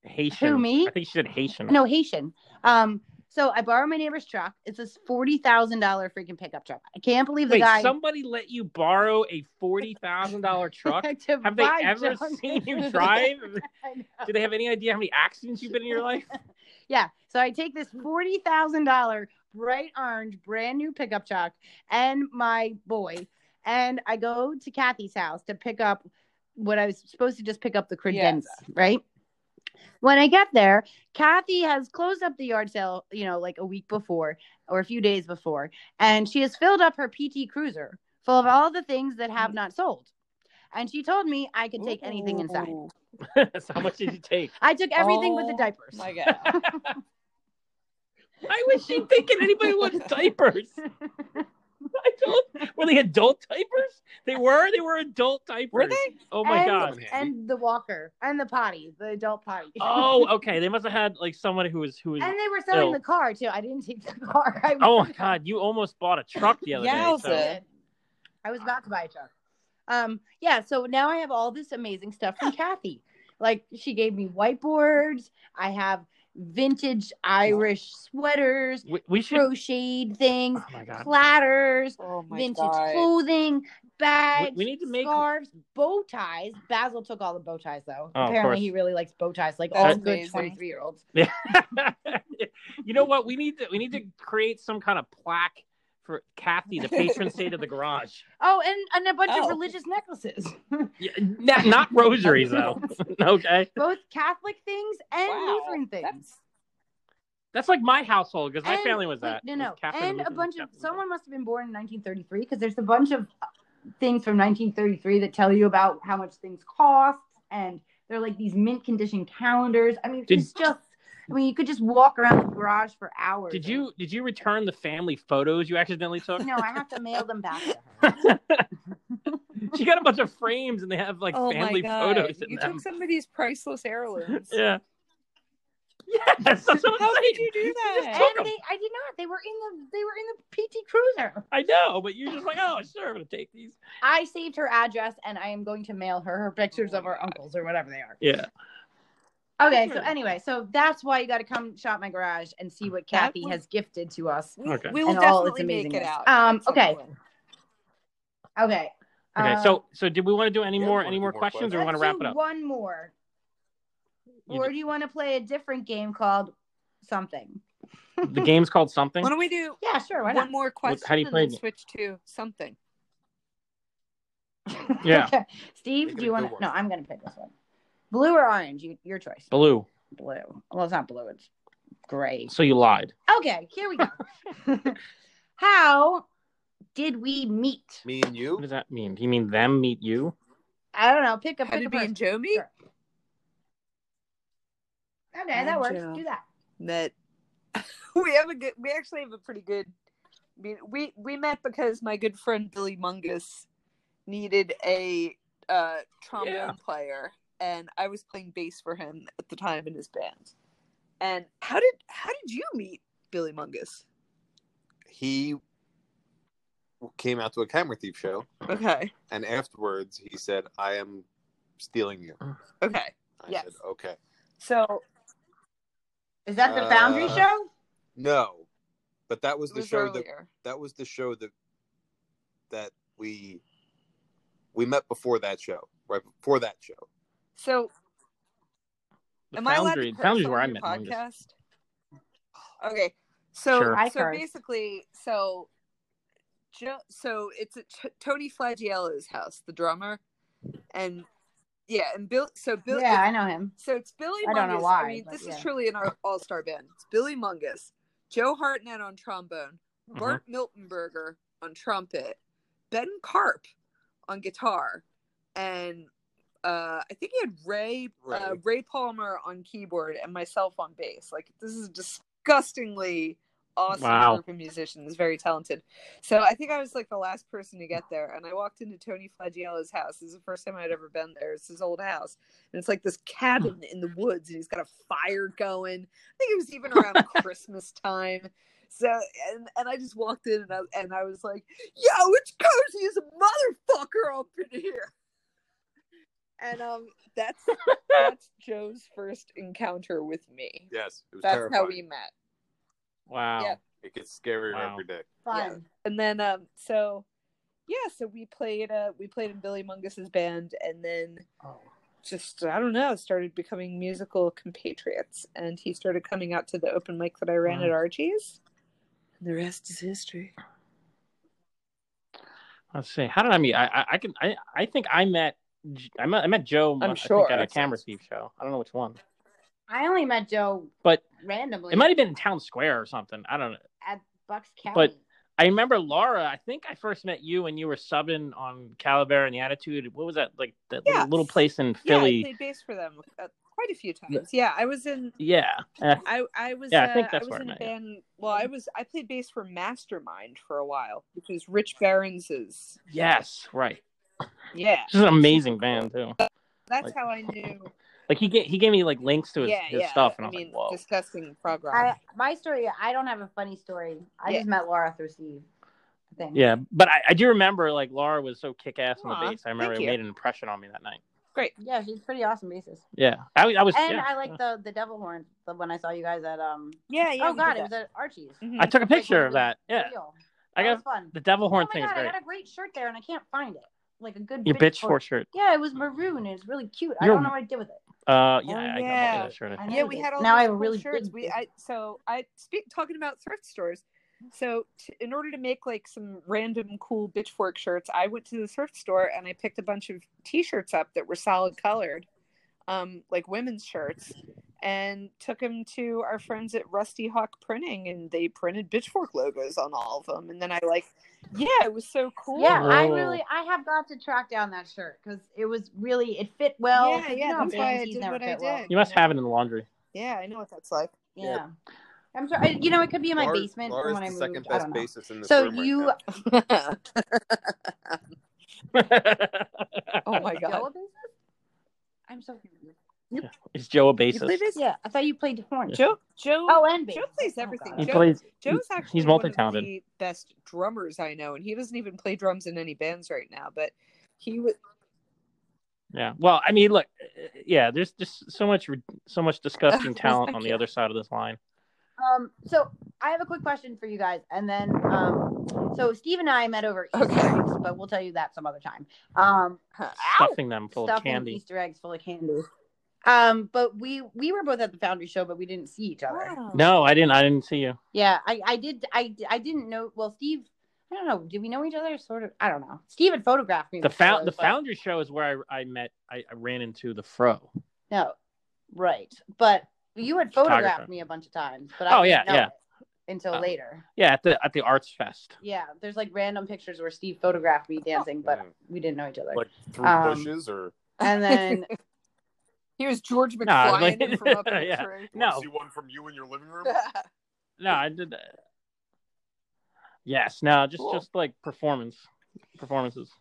[SPEAKER 4] Haitian.
[SPEAKER 2] Who, me?
[SPEAKER 4] I think she said Haitian.
[SPEAKER 2] No, Haitian. Um, so I borrow my neighbor's truck. It's this forty thousand dollar freaking pickup truck. I can't believe the
[SPEAKER 4] Wait,
[SPEAKER 2] guy
[SPEAKER 4] somebody let you borrow a forty thousand dollar truck?
[SPEAKER 2] to
[SPEAKER 4] Have they
[SPEAKER 2] buy
[SPEAKER 4] ever
[SPEAKER 2] junk.
[SPEAKER 4] seen you drive?
[SPEAKER 2] I know.
[SPEAKER 4] Do they have any idea how many accidents you've been in your life?
[SPEAKER 2] Yeah. So I take this
[SPEAKER 3] Mm-hmm.
[SPEAKER 2] forty thousand dollar bright orange brand new pickup truck and my boy, and I go to Kathy's house to pick up what I was supposed to just pick up the credenza,
[SPEAKER 3] Yes.
[SPEAKER 2] right? When I get there, Kathy has closed up the yard sale, you know, like a week before or a few days before, and she has filled up her PT Cruiser full of all the things that
[SPEAKER 3] Mm-hmm.
[SPEAKER 2] have not sold. And she told me I could take anything inside.
[SPEAKER 3] Ooh,
[SPEAKER 4] so how much did you take?
[SPEAKER 2] I took everything but the
[SPEAKER 3] Oh
[SPEAKER 2] diapers.
[SPEAKER 3] My God.
[SPEAKER 4] Why was she thinking anybody wants diapers? I don't. Were they adult diapers? They were. They were adult diapers.
[SPEAKER 3] Were they?
[SPEAKER 4] Oh my
[SPEAKER 2] and,
[SPEAKER 4] god.
[SPEAKER 2] And the walker and the potty, the adult potty.
[SPEAKER 4] Oh, okay. They must have had like somebody who was who was.
[SPEAKER 2] and they were selling
[SPEAKER 4] Ew.
[SPEAKER 2] the car too. I didn't take the car. I
[SPEAKER 4] Oh my god! You almost bought a truck the other day.
[SPEAKER 3] Yowza.
[SPEAKER 2] I was about to buy a truck. Um, yeah. So now I have all this amazing stuff from Kathy. Like she gave me whiteboards. I have vintage Irish sweaters,
[SPEAKER 4] So we, we should.
[SPEAKER 2] crocheted things,
[SPEAKER 4] Oh my god.
[SPEAKER 2] platters,
[SPEAKER 3] Oh my
[SPEAKER 2] vintage
[SPEAKER 3] God.
[SPEAKER 2] clothing, bags,
[SPEAKER 4] We- we need to make-
[SPEAKER 2] scarves, bow ties. Basil took all the bow ties though.
[SPEAKER 4] Oh, of
[SPEAKER 2] Apparently,
[SPEAKER 4] course.
[SPEAKER 2] he really likes bow ties, like all
[SPEAKER 3] That's
[SPEAKER 2] good
[SPEAKER 3] amazing.
[SPEAKER 2] twenty-three year olds.
[SPEAKER 4] you know what? We need to we need to create some kind of plaque for Kathy, the patron saint of the garage.
[SPEAKER 2] Oh, and, and a bunch
[SPEAKER 3] Oh.
[SPEAKER 2] of religious necklaces,
[SPEAKER 4] Yeah, not, not rosaries though. okay,
[SPEAKER 2] both Catholic things and
[SPEAKER 3] Wow.
[SPEAKER 2] Lutheran things.
[SPEAKER 3] That's-
[SPEAKER 4] that's like my household because my
[SPEAKER 2] And-
[SPEAKER 4] family was
[SPEAKER 2] wait,
[SPEAKER 4] that.
[SPEAKER 2] No,
[SPEAKER 4] It
[SPEAKER 2] no,
[SPEAKER 4] was Catholic,
[SPEAKER 2] and a
[SPEAKER 4] Lutheran,
[SPEAKER 2] bunch of
[SPEAKER 4] Catholic.
[SPEAKER 2] someone must have been born in 1933 because there's a bunch of uh, things from 1933 that tell you about how much things cost, and they're like these mint condition calendars. I mean,
[SPEAKER 4] Did-
[SPEAKER 2] it's just. I mean, you could just walk around the garage for hours.
[SPEAKER 4] Did you did you return the family photos you accidentally took?
[SPEAKER 2] No, I have to mail them back to her.
[SPEAKER 4] she got a bunch of frames and they have like
[SPEAKER 3] oh
[SPEAKER 4] family
[SPEAKER 3] my God.
[SPEAKER 4] photos in
[SPEAKER 3] you
[SPEAKER 4] them.
[SPEAKER 3] took somebody's priceless heirlooms.
[SPEAKER 4] Yeah. Yes, that's what I'm
[SPEAKER 3] How
[SPEAKER 4] saying.
[SPEAKER 3] could you do
[SPEAKER 2] And
[SPEAKER 3] that?
[SPEAKER 4] took 'em.
[SPEAKER 2] they, I did not. They were in the, they were in the PT Cruiser.
[SPEAKER 4] I know, but you're just like, oh, sure, I'm gonna take these.
[SPEAKER 2] I saved her address and I am going to mail her her pictures of her uncles or whatever they are.
[SPEAKER 4] Yeah.
[SPEAKER 2] Okay, so anyway, so that's why you got to come shop my garage and see what
[SPEAKER 3] That
[SPEAKER 2] Kathy
[SPEAKER 3] would-
[SPEAKER 2] has gifted to us
[SPEAKER 3] We,
[SPEAKER 4] Okay.
[SPEAKER 3] we will
[SPEAKER 2] and all its
[SPEAKER 3] definitely make it
[SPEAKER 2] amazingness.
[SPEAKER 3] out.
[SPEAKER 2] Um,
[SPEAKER 3] at some
[SPEAKER 2] okay.
[SPEAKER 3] point.
[SPEAKER 2] Okay.
[SPEAKER 4] Okay.
[SPEAKER 2] um,
[SPEAKER 4] so so did we want to do any
[SPEAKER 5] Yeah, we
[SPEAKER 4] more
[SPEAKER 5] wanna
[SPEAKER 4] any
[SPEAKER 5] do
[SPEAKER 4] more
[SPEAKER 5] more
[SPEAKER 4] questions,
[SPEAKER 5] questions.
[SPEAKER 4] or
[SPEAKER 2] let's
[SPEAKER 4] we want to wrap
[SPEAKER 2] do
[SPEAKER 4] it up?
[SPEAKER 2] one more,
[SPEAKER 4] You
[SPEAKER 2] or do you want to play a different game called something?
[SPEAKER 4] do- the game's called something.
[SPEAKER 3] Why don't we do
[SPEAKER 2] Yeah, sure. Why
[SPEAKER 3] one
[SPEAKER 2] not?
[SPEAKER 3] more
[SPEAKER 4] What-
[SPEAKER 3] question
[SPEAKER 4] how do you
[SPEAKER 3] and
[SPEAKER 4] play
[SPEAKER 3] then
[SPEAKER 4] it?
[SPEAKER 3] switch to something?
[SPEAKER 4] Yeah.
[SPEAKER 2] Okay.
[SPEAKER 5] Make
[SPEAKER 2] Steve,
[SPEAKER 5] it
[SPEAKER 2] do
[SPEAKER 5] a
[SPEAKER 2] you
[SPEAKER 5] good
[SPEAKER 2] want
[SPEAKER 5] one.
[SPEAKER 2] to? No, I'm gonna pick this one. Blue or orange? You, your choice.
[SPEAKER 4] Blue.
[SPEAKER 2] Blue. Well, it's not blue. It's gray.
[SPEAKER 4] So you lied.
[SPEAKER 2] Okay, here we go. How did we meet?
[SPEAKER 5] Me and you?
[SPEAKER 4] What does that mean? Do you mean them meet you?
[SPEAKER 2] I don't know. Pick a
[SPEAKER 3] How
[SPEAKER 2] pick a
[SPEAKER 3] did me
[SPEAKER 2] person.
[SPEAKER 3] and Joe meet?
[SPEAKER 2] Sure. Okay, that works.
[SPEAKER 3] Joe.
[SPEAKER 2] Do that.
[SPEAKER 3] Met. we have a good. We actually have a pretty good. I mean, we we met because my good friend Billy Mungus needed a uh, trombone
[SPEAKER 4] Yeah.
[SPEAKER 3] player, and I was playing bass for him at the time in his band. And how did how did you meet Billy Mungus?
[SPEAKER 5] He came out to a camera thief show,
[SPEAKER 3] Okay,
[SPEAKER 5] and afterwards he said, I am stealing you.
[SPEAKER 3] okay.
[SPEAKER 5] I
[SPEAKER 3] Yes.
[SPEAKER 5] said, okay.
[SPEAKER 3] So
[SPEAKER 2] Is that the
[SPEAKER 5] Uh,
[SPEAKER 2] Foundry show?
[SPEAKER 5] No. But that was
[SPEAKER 3] it
[SPEAKER 5] the
[SPEAKER 3] was
[SPEAKER 5] show that
[SPEAKER 3] earlier.
[SPEAKER 5] that was the show that that we we met before that show, right before that show.
[SPEAKER 3] So,
[SPEAKER 4] The
[SPEAKER 3] am I allowed to
[SPEAKER 4] Foundry, the
[SPEAKER 3] curse
[SPEAKER 4] Foundry's
[SPEAKER 3] on
[SPEAKER 4] where I
[SPEAKER 3] your
[SPEAKER 4] met Mungus.
[SPEAKER 3] podcast? Okay, so
[SPEAKER 4] Sure.
[SPEAKER 2] I
[SPEAKER 3] so
[SPEAKER 2] curse.
[SPEAKER 3] basically, so Jo- so it's at T- Tony Flagiello's house, the drummer, and yeah, and Bill. So Bill,
[SPEAKER 2] yeah, I know him.
[SPEAKER 3] So it's Billy Mungus.
[SPEAKER 2] I
[SPEAKER 3] I
[SPEAKER 2] don't know why,
[SPEAKER 3] mean,
[SPEAKER 2] but
[SPEAKER 3] this
[SPEAKER 2] yeah.
[SPEAKER 3] is truly an all star band. It's Billy Mungus, Joe Hartnett on trombone, Bart Miltenberger on trumpet, Ben Karp on guitar, and uh, I think he had Ray Uh,
[SPEAKER 5] Ray.
[SPEAKER 3] Ray Palmer on keyboard and myself on bass. Like this is a disgustingly awesome
[SPEAKER 4] Wow.
[SPEAKER 3] group of musicians, very talented. So I think I was like the last person to get there, and I walked into Tony Flagiello's house. This is the first time I'd ever been there. It's his old house, and it's like this cabin in the woods, and he's got a fire going. I think it was even around Christmas time. So and and I just walked in and I, and I was like, "Yo, it's cozy as a motherfucker up in here." And um, that's that's Joe's first encounter with me.
[SPEAKER 5] Yes, it was
[SPEAKER 3] that's
[SPEAKER 5] terrifying.
[SPEAKER 3] how we met.
[SPEAKER 4] Wow.
[SPEAKER 3] Yeah.
[SPEAKER 5] It gets scarier
[SPEAKER 4] Wow.
[SPEAKER 5] every day.
[SPEAKER 2] Fun.
[SPEAKER 3] and then um so yeah so we played uh we played in billy mungus's band and then just i don't know started becoming musical compatriots and he started coming out to the open mic that i ran
[SPEAKER 4] Wow.
[SPEAKER 3] at archie's and the rest is history
[SPEAKER 4] Let's see. How did I meet? I I, I can I, I think I met J- I met, I met Joe. I think,
[SPEAKER 3] sure.
[SPEAKER 4] at a camera thief show. I don't know which one,
[SPEAKER 2] I only met Joe
[SPEAKER 4] but
[SPEAKER 2] randomly
[SPEAKER 4] it might have been in Town Square or something. I don't know.
[SPEAKER 2] at Bucks County.
[SPEAKER 4] But- I remember Laura. I think I first met you when you were subbing on Calabar and the Attitude. What was that like? That little,
[SPEAKER 3] Yes.
[SPEAKER 4] little place in
[SPEAKER 3] yeah i
[SPEAKER 4] Philly.
[SPEAKER 3] played bass for them uh, quite a few times yeah i was in
[SPEAKER 4] Yeah. And I-
[SPEAKER 3] I, I was
[SPEAKER 4] Yeah, I
[SPEAKER 3] uh,
[SPEAKER 4] think that's
[SPEAKER 3] was
[SPEAKER 4] where I
[SPEAKER 3] in a
[SPEAKER 4] met you.
[SPEAKER 3] band well I was I played bass for Mastermind for a while which was Rich Barons'
[SPEAKER 4] yes. Right.
[SPEAKER 3] yeah
[SPEAKER 4] This is an amazing band too.
[SPEAKER 3] that's
[SPEAKER 4] Like-
[SPEAKER 3] how I knew
[SPEAKER 4] Like he get, he gave me like links to his, his stuff, and I was like, whoa.
[SPEAKER 3] discussing prog rock.
[SPEAKER 2] I, my story, I don't have a funny story. I
[SPEAKER 3] Yeah.
[SPEAKER 2] just met Laura through Steve. I think.
[SPEAKER 4] Yeah, but I, I do remember like Laura was so kick ass on
[SPEAKER 3] Aw,
[SPEAKER 4] the bass. I remember it
[SPEAKER 3] thank you.
[SPEAKER 4] made an impression on me that night.
[SPEAKER 3] Great.
[SPEAKER 2] Yeah, she's pretty awesome bassist.
[SPEAKER 4] Yeah, I, was- I was.
[SPEAKER 2] And
[SPEAKER 4] yeah,
[SPEAKER 2] I like
[SPEAKER 4] yeah.
[SPEAKER 2] the the devil horn the, when I saw you guys at um.
[SPEAKER 3] Yeah, yeah.
[SPEAKER 2] oh God, it was at Archie's.
[SPEAKER 3] Mm-hmm.
[SPEAKER 4] I took a
[SPEAKER 2] It's like
[SPEAKER 4] picture
[SPEAKER 2] one
[SPEAKER 4] of that. Yeah,
[SPEAKER 2] Real.
[SPEAKER 4] I
[SPEAKER 2] That
[SPEAKER 4] got
[SPEAKER 2] was fun.
[SPEAKER 4] the devil horn
[SPEAKER 2] oh my
[SPEAKER 4] thing
[SPEAKER 2] God,
[SPEAKER 4] is
[SPEAKER 2] I
[SPEAKER 4] great.
[SPEAKER 2] got a great shirt there and I can't find it. Like a good
[SPEAKER 4] Your
[SPEAKER 2] big
[SPEAKER 4] bitch for shirt.
[SPEAKER 2] Yeah, it was maroon. It's really cute. I
[SPEAKER 4] You're-
[SPEAKER 2] don't know what I did with it.
[SPEAKER 4] Uh, yeah,
[SPEAKER 3] Oh,
[SPEAKER 4] I got
[SPEAKER 3] yeah.
[SPEAKER 4] that shirt.
[SPEAKER 2] I know
[SPEAKER 3] yeah,
[SPEAKER 2] you
[SPEAKER 3] we
[SPEAKER 2] did.
[SPEAKER 3] had all
[SPEAKER 2] now I
[SPEAKER 3] these
[SPEAKER 2] have a
[SPEAKER 3] cool
[SPEAKER 2] really
[SPEAKER 3] shirts.
[SPEAKER 2] big
[SPEAKER 3] We I so I speak talking about thrift stores. So t- in order to make like some random cool bitchfork shirts, I went to the thrift store and I picked a bunch of t-shirts up that were solid colored, um, like women's shirts, and took them to our friends at Rusty Hawk Printing, and they printed bitchfork logos on all of them. And then I like, yeah, it was so cool.
[SPEAKER 2] Yeah, I
[SPEAKER 4] Whoa.
[SPEAKER 2] really I have got to track down that shirt because it was really it fit well.
[SPEAKER 3] Yeah,
[SPEAKER 2] 'cause
[SPEAKER 3] yeah,
[SPEAKER 2] you know how
[SPEAKER 3] that's why I
[SPEAKER 2] bands
[SPEAKER 3] did
[SPEAKER 2] never
[SPEAKER 3] what I
[SPEAKER 2] fit well.
[SPEAKER 3] did.
[SPEAKER 4] You must have it in the laundry.
[SPEAKER 3] Yeah, I know what that's like.
[SPEAKER 2] Yeah.
[SPEAKER 5] Yeah.
[SPEAKER 2] I'm sorry. I- You know, it could be in my
[SPEAKER 5] Laura-
[SPEAKER 2] basement
[SPEAKER 5] Laura's
[SPEAKER 2] from when I
[SPEAKER 5] the
[SPEAKER 2] moved.
[SPEAKER 5] second
[SPEAKER 2] I
[SPEAKER 5] best
[SPEAKER 2] don't know. Oh
[SPEAKER 5] bassist in this
[SPEAKER 2] So
[SPEAKER 5] room right
[SPEAKER 2] you,
[SPEAKER 5] now.
[SPEAKER 3] oh my god.
[SPEAKER 2] Joe a bassist? I'm so confused.
[SPEAKER 4] Is Joe a
[SPEAKER 3] You play
[SPEAKER 4] bassist?
[SPEAKER 3] bass?
[SPEAKER 2] Yeah, I thought you played horn.
[SPEAKER 3] Joe Joe
[SPEAKER 2] Oh, and bass.
[SPEAKER 3] Joe plays
[SPEAKER 2] Oh,
[SPEAKER 3] everything.
[SPEAKER 2] God.
[SPEAKER 4] He
[SPEAKER 3] Joe-
[SPEAKER 4] plays.
[SPEAKER 3] Joe's
[SPEAKER 4] he-
[SPEAKER 3] actually
[SPEAKER 4] he's
[SPEAKER 3] one of
[SPEAKER 4] multi-talented.
[SPEAKER 3] the best drummers I know, and he doesn't even play drums in any bands right now, but he was
[SPEAKER 4] Yeah. Well, I mean, look. uh, Yeah, there's just so much, re- so much disgusting
[SPEAKER 3] Well,
[SPEAKER 4] talent
[SPEAKER 3] thank
[SPEAKER 4] on the
[SPEAKER 3] you.
[SPEAKER 4] other side of this line.
[SPEAKER 2] Um, so I have a quick question for you guys, and then um, so Steve and I met over Easter
[SPEAKER 3] Okay.
[SPEAKER 2] eggs, but we'll tell you that some other time. Um,
[SPEAKER 4] Stuffing them full of
[SPEAKER 2] stuffing
[SPEAKER 4] candy.
[SPEAKER 2] Easter eggs full of candy. Um, but we we were both at the Foundry show, but we didn't see each other.
[SPEAKER 4] No, I didn't. I didn't see you.
[SPEAKER 2] Yeah, I I did I I didn't know. Well, Steve, I don't know. Did we know each other? Sort of. I don't know. Steve had photographed me.
[SPEAKER 4] the
[SPEAKER 2] before,
[SPEAKER 4] found the
[SPEAKER 2] but-
[SPEAKER 4] founder show is where I, I met I, I ran into the fro.
[SPEAKER 2] No, right. But you had
[SPEAKER 4] Photographer.
[SPEAKER 2] photographed me a bunch of times. But
[SPEAKER 4] Oh,
[SPEAKER 2] I
[SPEAKER 4] yeah,
[SPEAKER 2] didn't know
[SPEAKER 4] yeah.
[SPEAKER 2] it until
[SPEAKER 4] Um,
[SPEAKER 2] later.
[SPEAKER 4] Yeah, at the at the arts fest.
[SPEAKER 2] Yeah, there's like random pictures where Steve photographed me dancing, but
[SPEAKER 5] Mm.
[SPEAKER 2] we didn't know each other.
[SPEAKER 5] Like through
[SPEAKER 2] Um,
[SPEAKER 5] bushes or
[SPEAKER 2] And then
[SPEAKER 3] He was George
[SPEAKER 4] No,
[SPEAKER 3] McFly
[SPEAKER 4] like-
[SPEAKER 3] from up in the
[SPEAKER 4] yeah.
[SPEAKER 3] tree.
[SPEAKER 5] Do you wanna
[SPEAKER 4] No,
[SPEAKER 5] see one from you in your living room.
[SPEAKER 4] no, I did. that. Yes, no, just
[SPEAKER 3] Cool.
[SPEAKER 4] just like performance performances.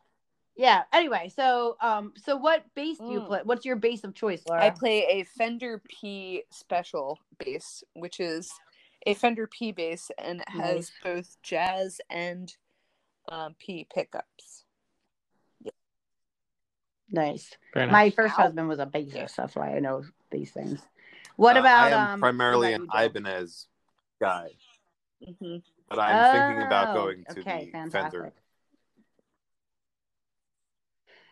[SPEAKER 2] yeah. Anyway, so um, so what bass do you
[SPEAKER 3] Mm.
[SPEAKER 2] play? What's your bass of choice, Laura?
[SPEAKER 3] I play a Fender P special bass, which is a Fender P bass and
[SPEAKER 2] Nice.
[SPEAKER 3] has both jazz and um, P pickups.
[SPEAKER 2] nice.
[SPEAKER 4] Very nice.
[SPEAKER 2] My first
[SPEAKER 3] Ow.
[SPEAKER 2] husband was a bassist, that's why I know these things. What
[SPEAKER 5] Uh,
[SPEAKER 2] about
[SPEAKER 5] I am
[SPEAKER 2] um?
[SPEAKER 5] primarily
[SPEAKER 2] what
[SPEAKER 5] an
[SPEAKER 2] about you, Joe?
[SPEAKER 5] Ibanez guy,
[SPEAKER 3] Mm-hmm.
[SPEAKER 5] but I'm thinking about
[SPEAKER 2] Oh,
[SPEAKER 5] going to
[SPEAKER 2] okay,
[SPEAKER 5] the
[SPEAKER 2] fantastic.
[SPEAKER 5] Fender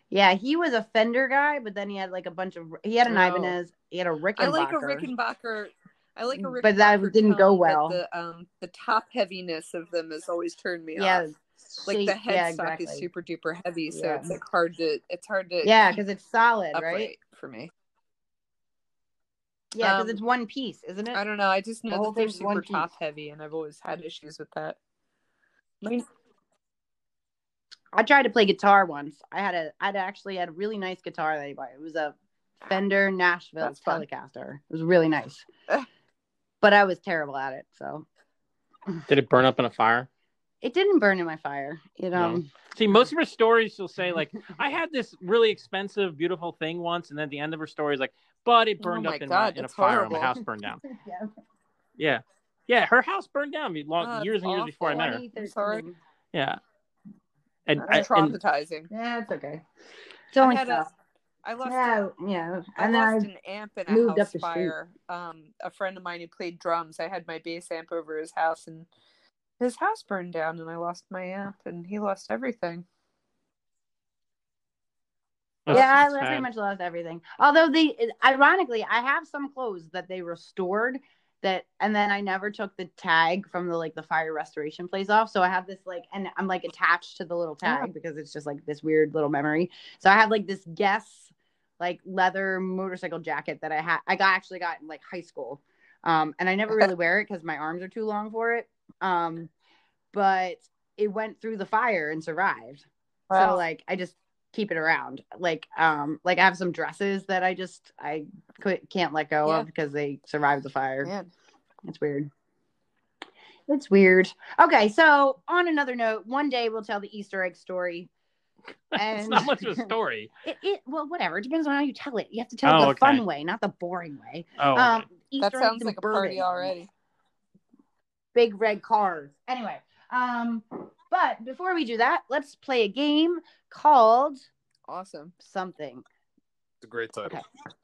[SPEAKER 2] Yeah, he was a Fender guy, but then he had like a bunch of he had an
[SPEAKER 3] Oh.
[SPEAKER 2] Ibanez, he had a Rickenbacker.
[SPEAKER 3] I like a Rickenbacker. I like a Rickenbacker.
[SPEAKER 2] But that didn't go
[SPEAKER 3] tone, but
[SPEAKER 2] well.
[SPEAKER 3] The, um, the top heaviness of them has always turned me
[SPEAKER 2] yeah,
[SPEAKER 3] off. Like the
[SPEAKER 2] shape-
[SPEAKER 3] headstock
[SPEAKER 2] yeah,
[SPEAKER 3] is
[SPEAKER 2] exactly.
[SPEAKER 3] super duper heavy, so
[SPEAKER 2] Yeah.
[SPEAKER 3] it's like hard to it's hard to
[SPEAKER 2] Yeah,
[SPEAKER 3] keep
[SPEAKER 2] because it's solid,
[SPEAKER 3] upright
[SPEAKER 2] right?
[SPEAKER 3] for me.
[SPEAKER 2] Yeah, because
[SPEAKER 3] Um,
[SPEAKER 2] it's one piece, isn't
[SPEAKER 3] I
[SPEAKER 2] it?
[SPEAKER 3] don't know. I just know
[SPEAKER 2] whole
[SPEAKER 3] that they're
[SPEAKER 2] thing's one
[SPEAKER 3] super
[SPEAKER 2] piece.
[SPEAKER 3] top heavy, and I've always had issues with that. Mine-
[SPEAKER 2] I tried to play guitar once. I had a, I'd actually had a really nice guitar that I bought. It was a Fender Nashville
[SPEAKER 3] That's fun.
[SPEAKER 2] Telecaster. It was really nice, but I was terrible at it. So
[SPEAKER 4] Did it burn up in a fire?
[SPEAKER 2] it didn't burn in my fire. You know,
[SPEAKER 4] No. See, most of her stories, she'll say like, "I had this really expensive, beautiful thing once," and then at the end of her story is like, "But it
[SPEAKER 3] Oh
[SPEAKER 4] burned
[SPEAKER 3] my
[SPEAKER 4] up in,
[SPEAKER 3] God,
[SPEAKER 4] my, in a
[SPEAKER 3] that's
[SPEAKER 4] fire, and my
[SPEAKER 3] horrible.
[SPEAKER 4] house burned down."
[SPEAKER 2] yeah,
[SPEAKER 4] Yeah, yeah, her house burned down be- long,
[SPEAKER 3] Oh, that's
[SPEAKER 4] years and years before I met her.
[SPEAKER 2] 2013.
[SPEAKER 3] sorry.
[SPEAKER 4] Yeah, and, I,
[SPEAKER 3] That's
[SPEAKER 4] and
[SPEAKER 3] traumatizing.
[SPEAKER 2] Yeah, it's okay. It's only
[SPEAKER 3] I had a-
[SPEAKER 2] stuff.
[SPEAKER 3] I lost
[SPEAKER 2] Yeah, yeah.
[SPEAKER 3] I
[SPEAKER 2] And then I
[SPEAKER 3] lost an amp in a
[SPEAKER 2] moved up
[SPEAKER 3] house
[SPEAKER 2] the street.
[SPEAKER 3] fire. Um, a friend of mine who played drums. I had my bass amp over his house, and his house burned down, and I lost my amp, and he lost everything.
[SPEAKER 4] that's-
[SPEAKER 2] yeah, I
[SPEAKER 4] that's
[SPEAKER 2] pretty
[SPEAKER 4] sad.
[SPEAKER 2] much lost everything. Although they, ironically, I have some clothes that they restored that, and then I never took the tag from the like the fire restoration place off. So I have this like, and I'm like attached to the little
[SPEAKER 3] Yeah.
[SPEAKER 2] tag because it's just like this weird little memory. So I have like this guess, like leather motorcycle jacket that I had. I got actually got in like high school, um, and I never really wear it because my arms are too long for it. Um, but it went through the fire and survived. So like I just keep it around. Like um like I have some dresses that I just I could, can't let go
[SPEAKER 3] Yeah.
[SPEAKER 2] of because they survived the fire.
[SPEAKER 3] man,
[SPEAKER 2] It's weird. It's weird. Okay, so on another note, one day we'll tell the Easter egg story.
[SPEAKER 4] it's not much of a story.
[SPEAKER 2] It, it well whatever. It depends on how you tell it. You have to tell it
[SPEAKER 4] Oh,
[SPEAKER 2] the
[SPEAKER 4] okay.
[SPEAKER 2] fun way, not the boring way.
[SPEAKER 4] Oh, okay.
[SPEAKER 2] Um Easter
[SPEAKER 3] that
[SPEAKER 2] eggs
[SPEAKER 3] sounds
[SPEAKER 2] in
[SPEAKER 3] like a party
[SPEAKER 2] Burbank.
[SPEAKER 3] already.
[SPEAKER 2] Big red cars. Anyway, um but before we do that, let's play a game called
[SPEAKER 3] Awesome.
[SPEAKER 2] something.
[SPEAKER 5] It's a great title.
[SPEAKER 2] Okay.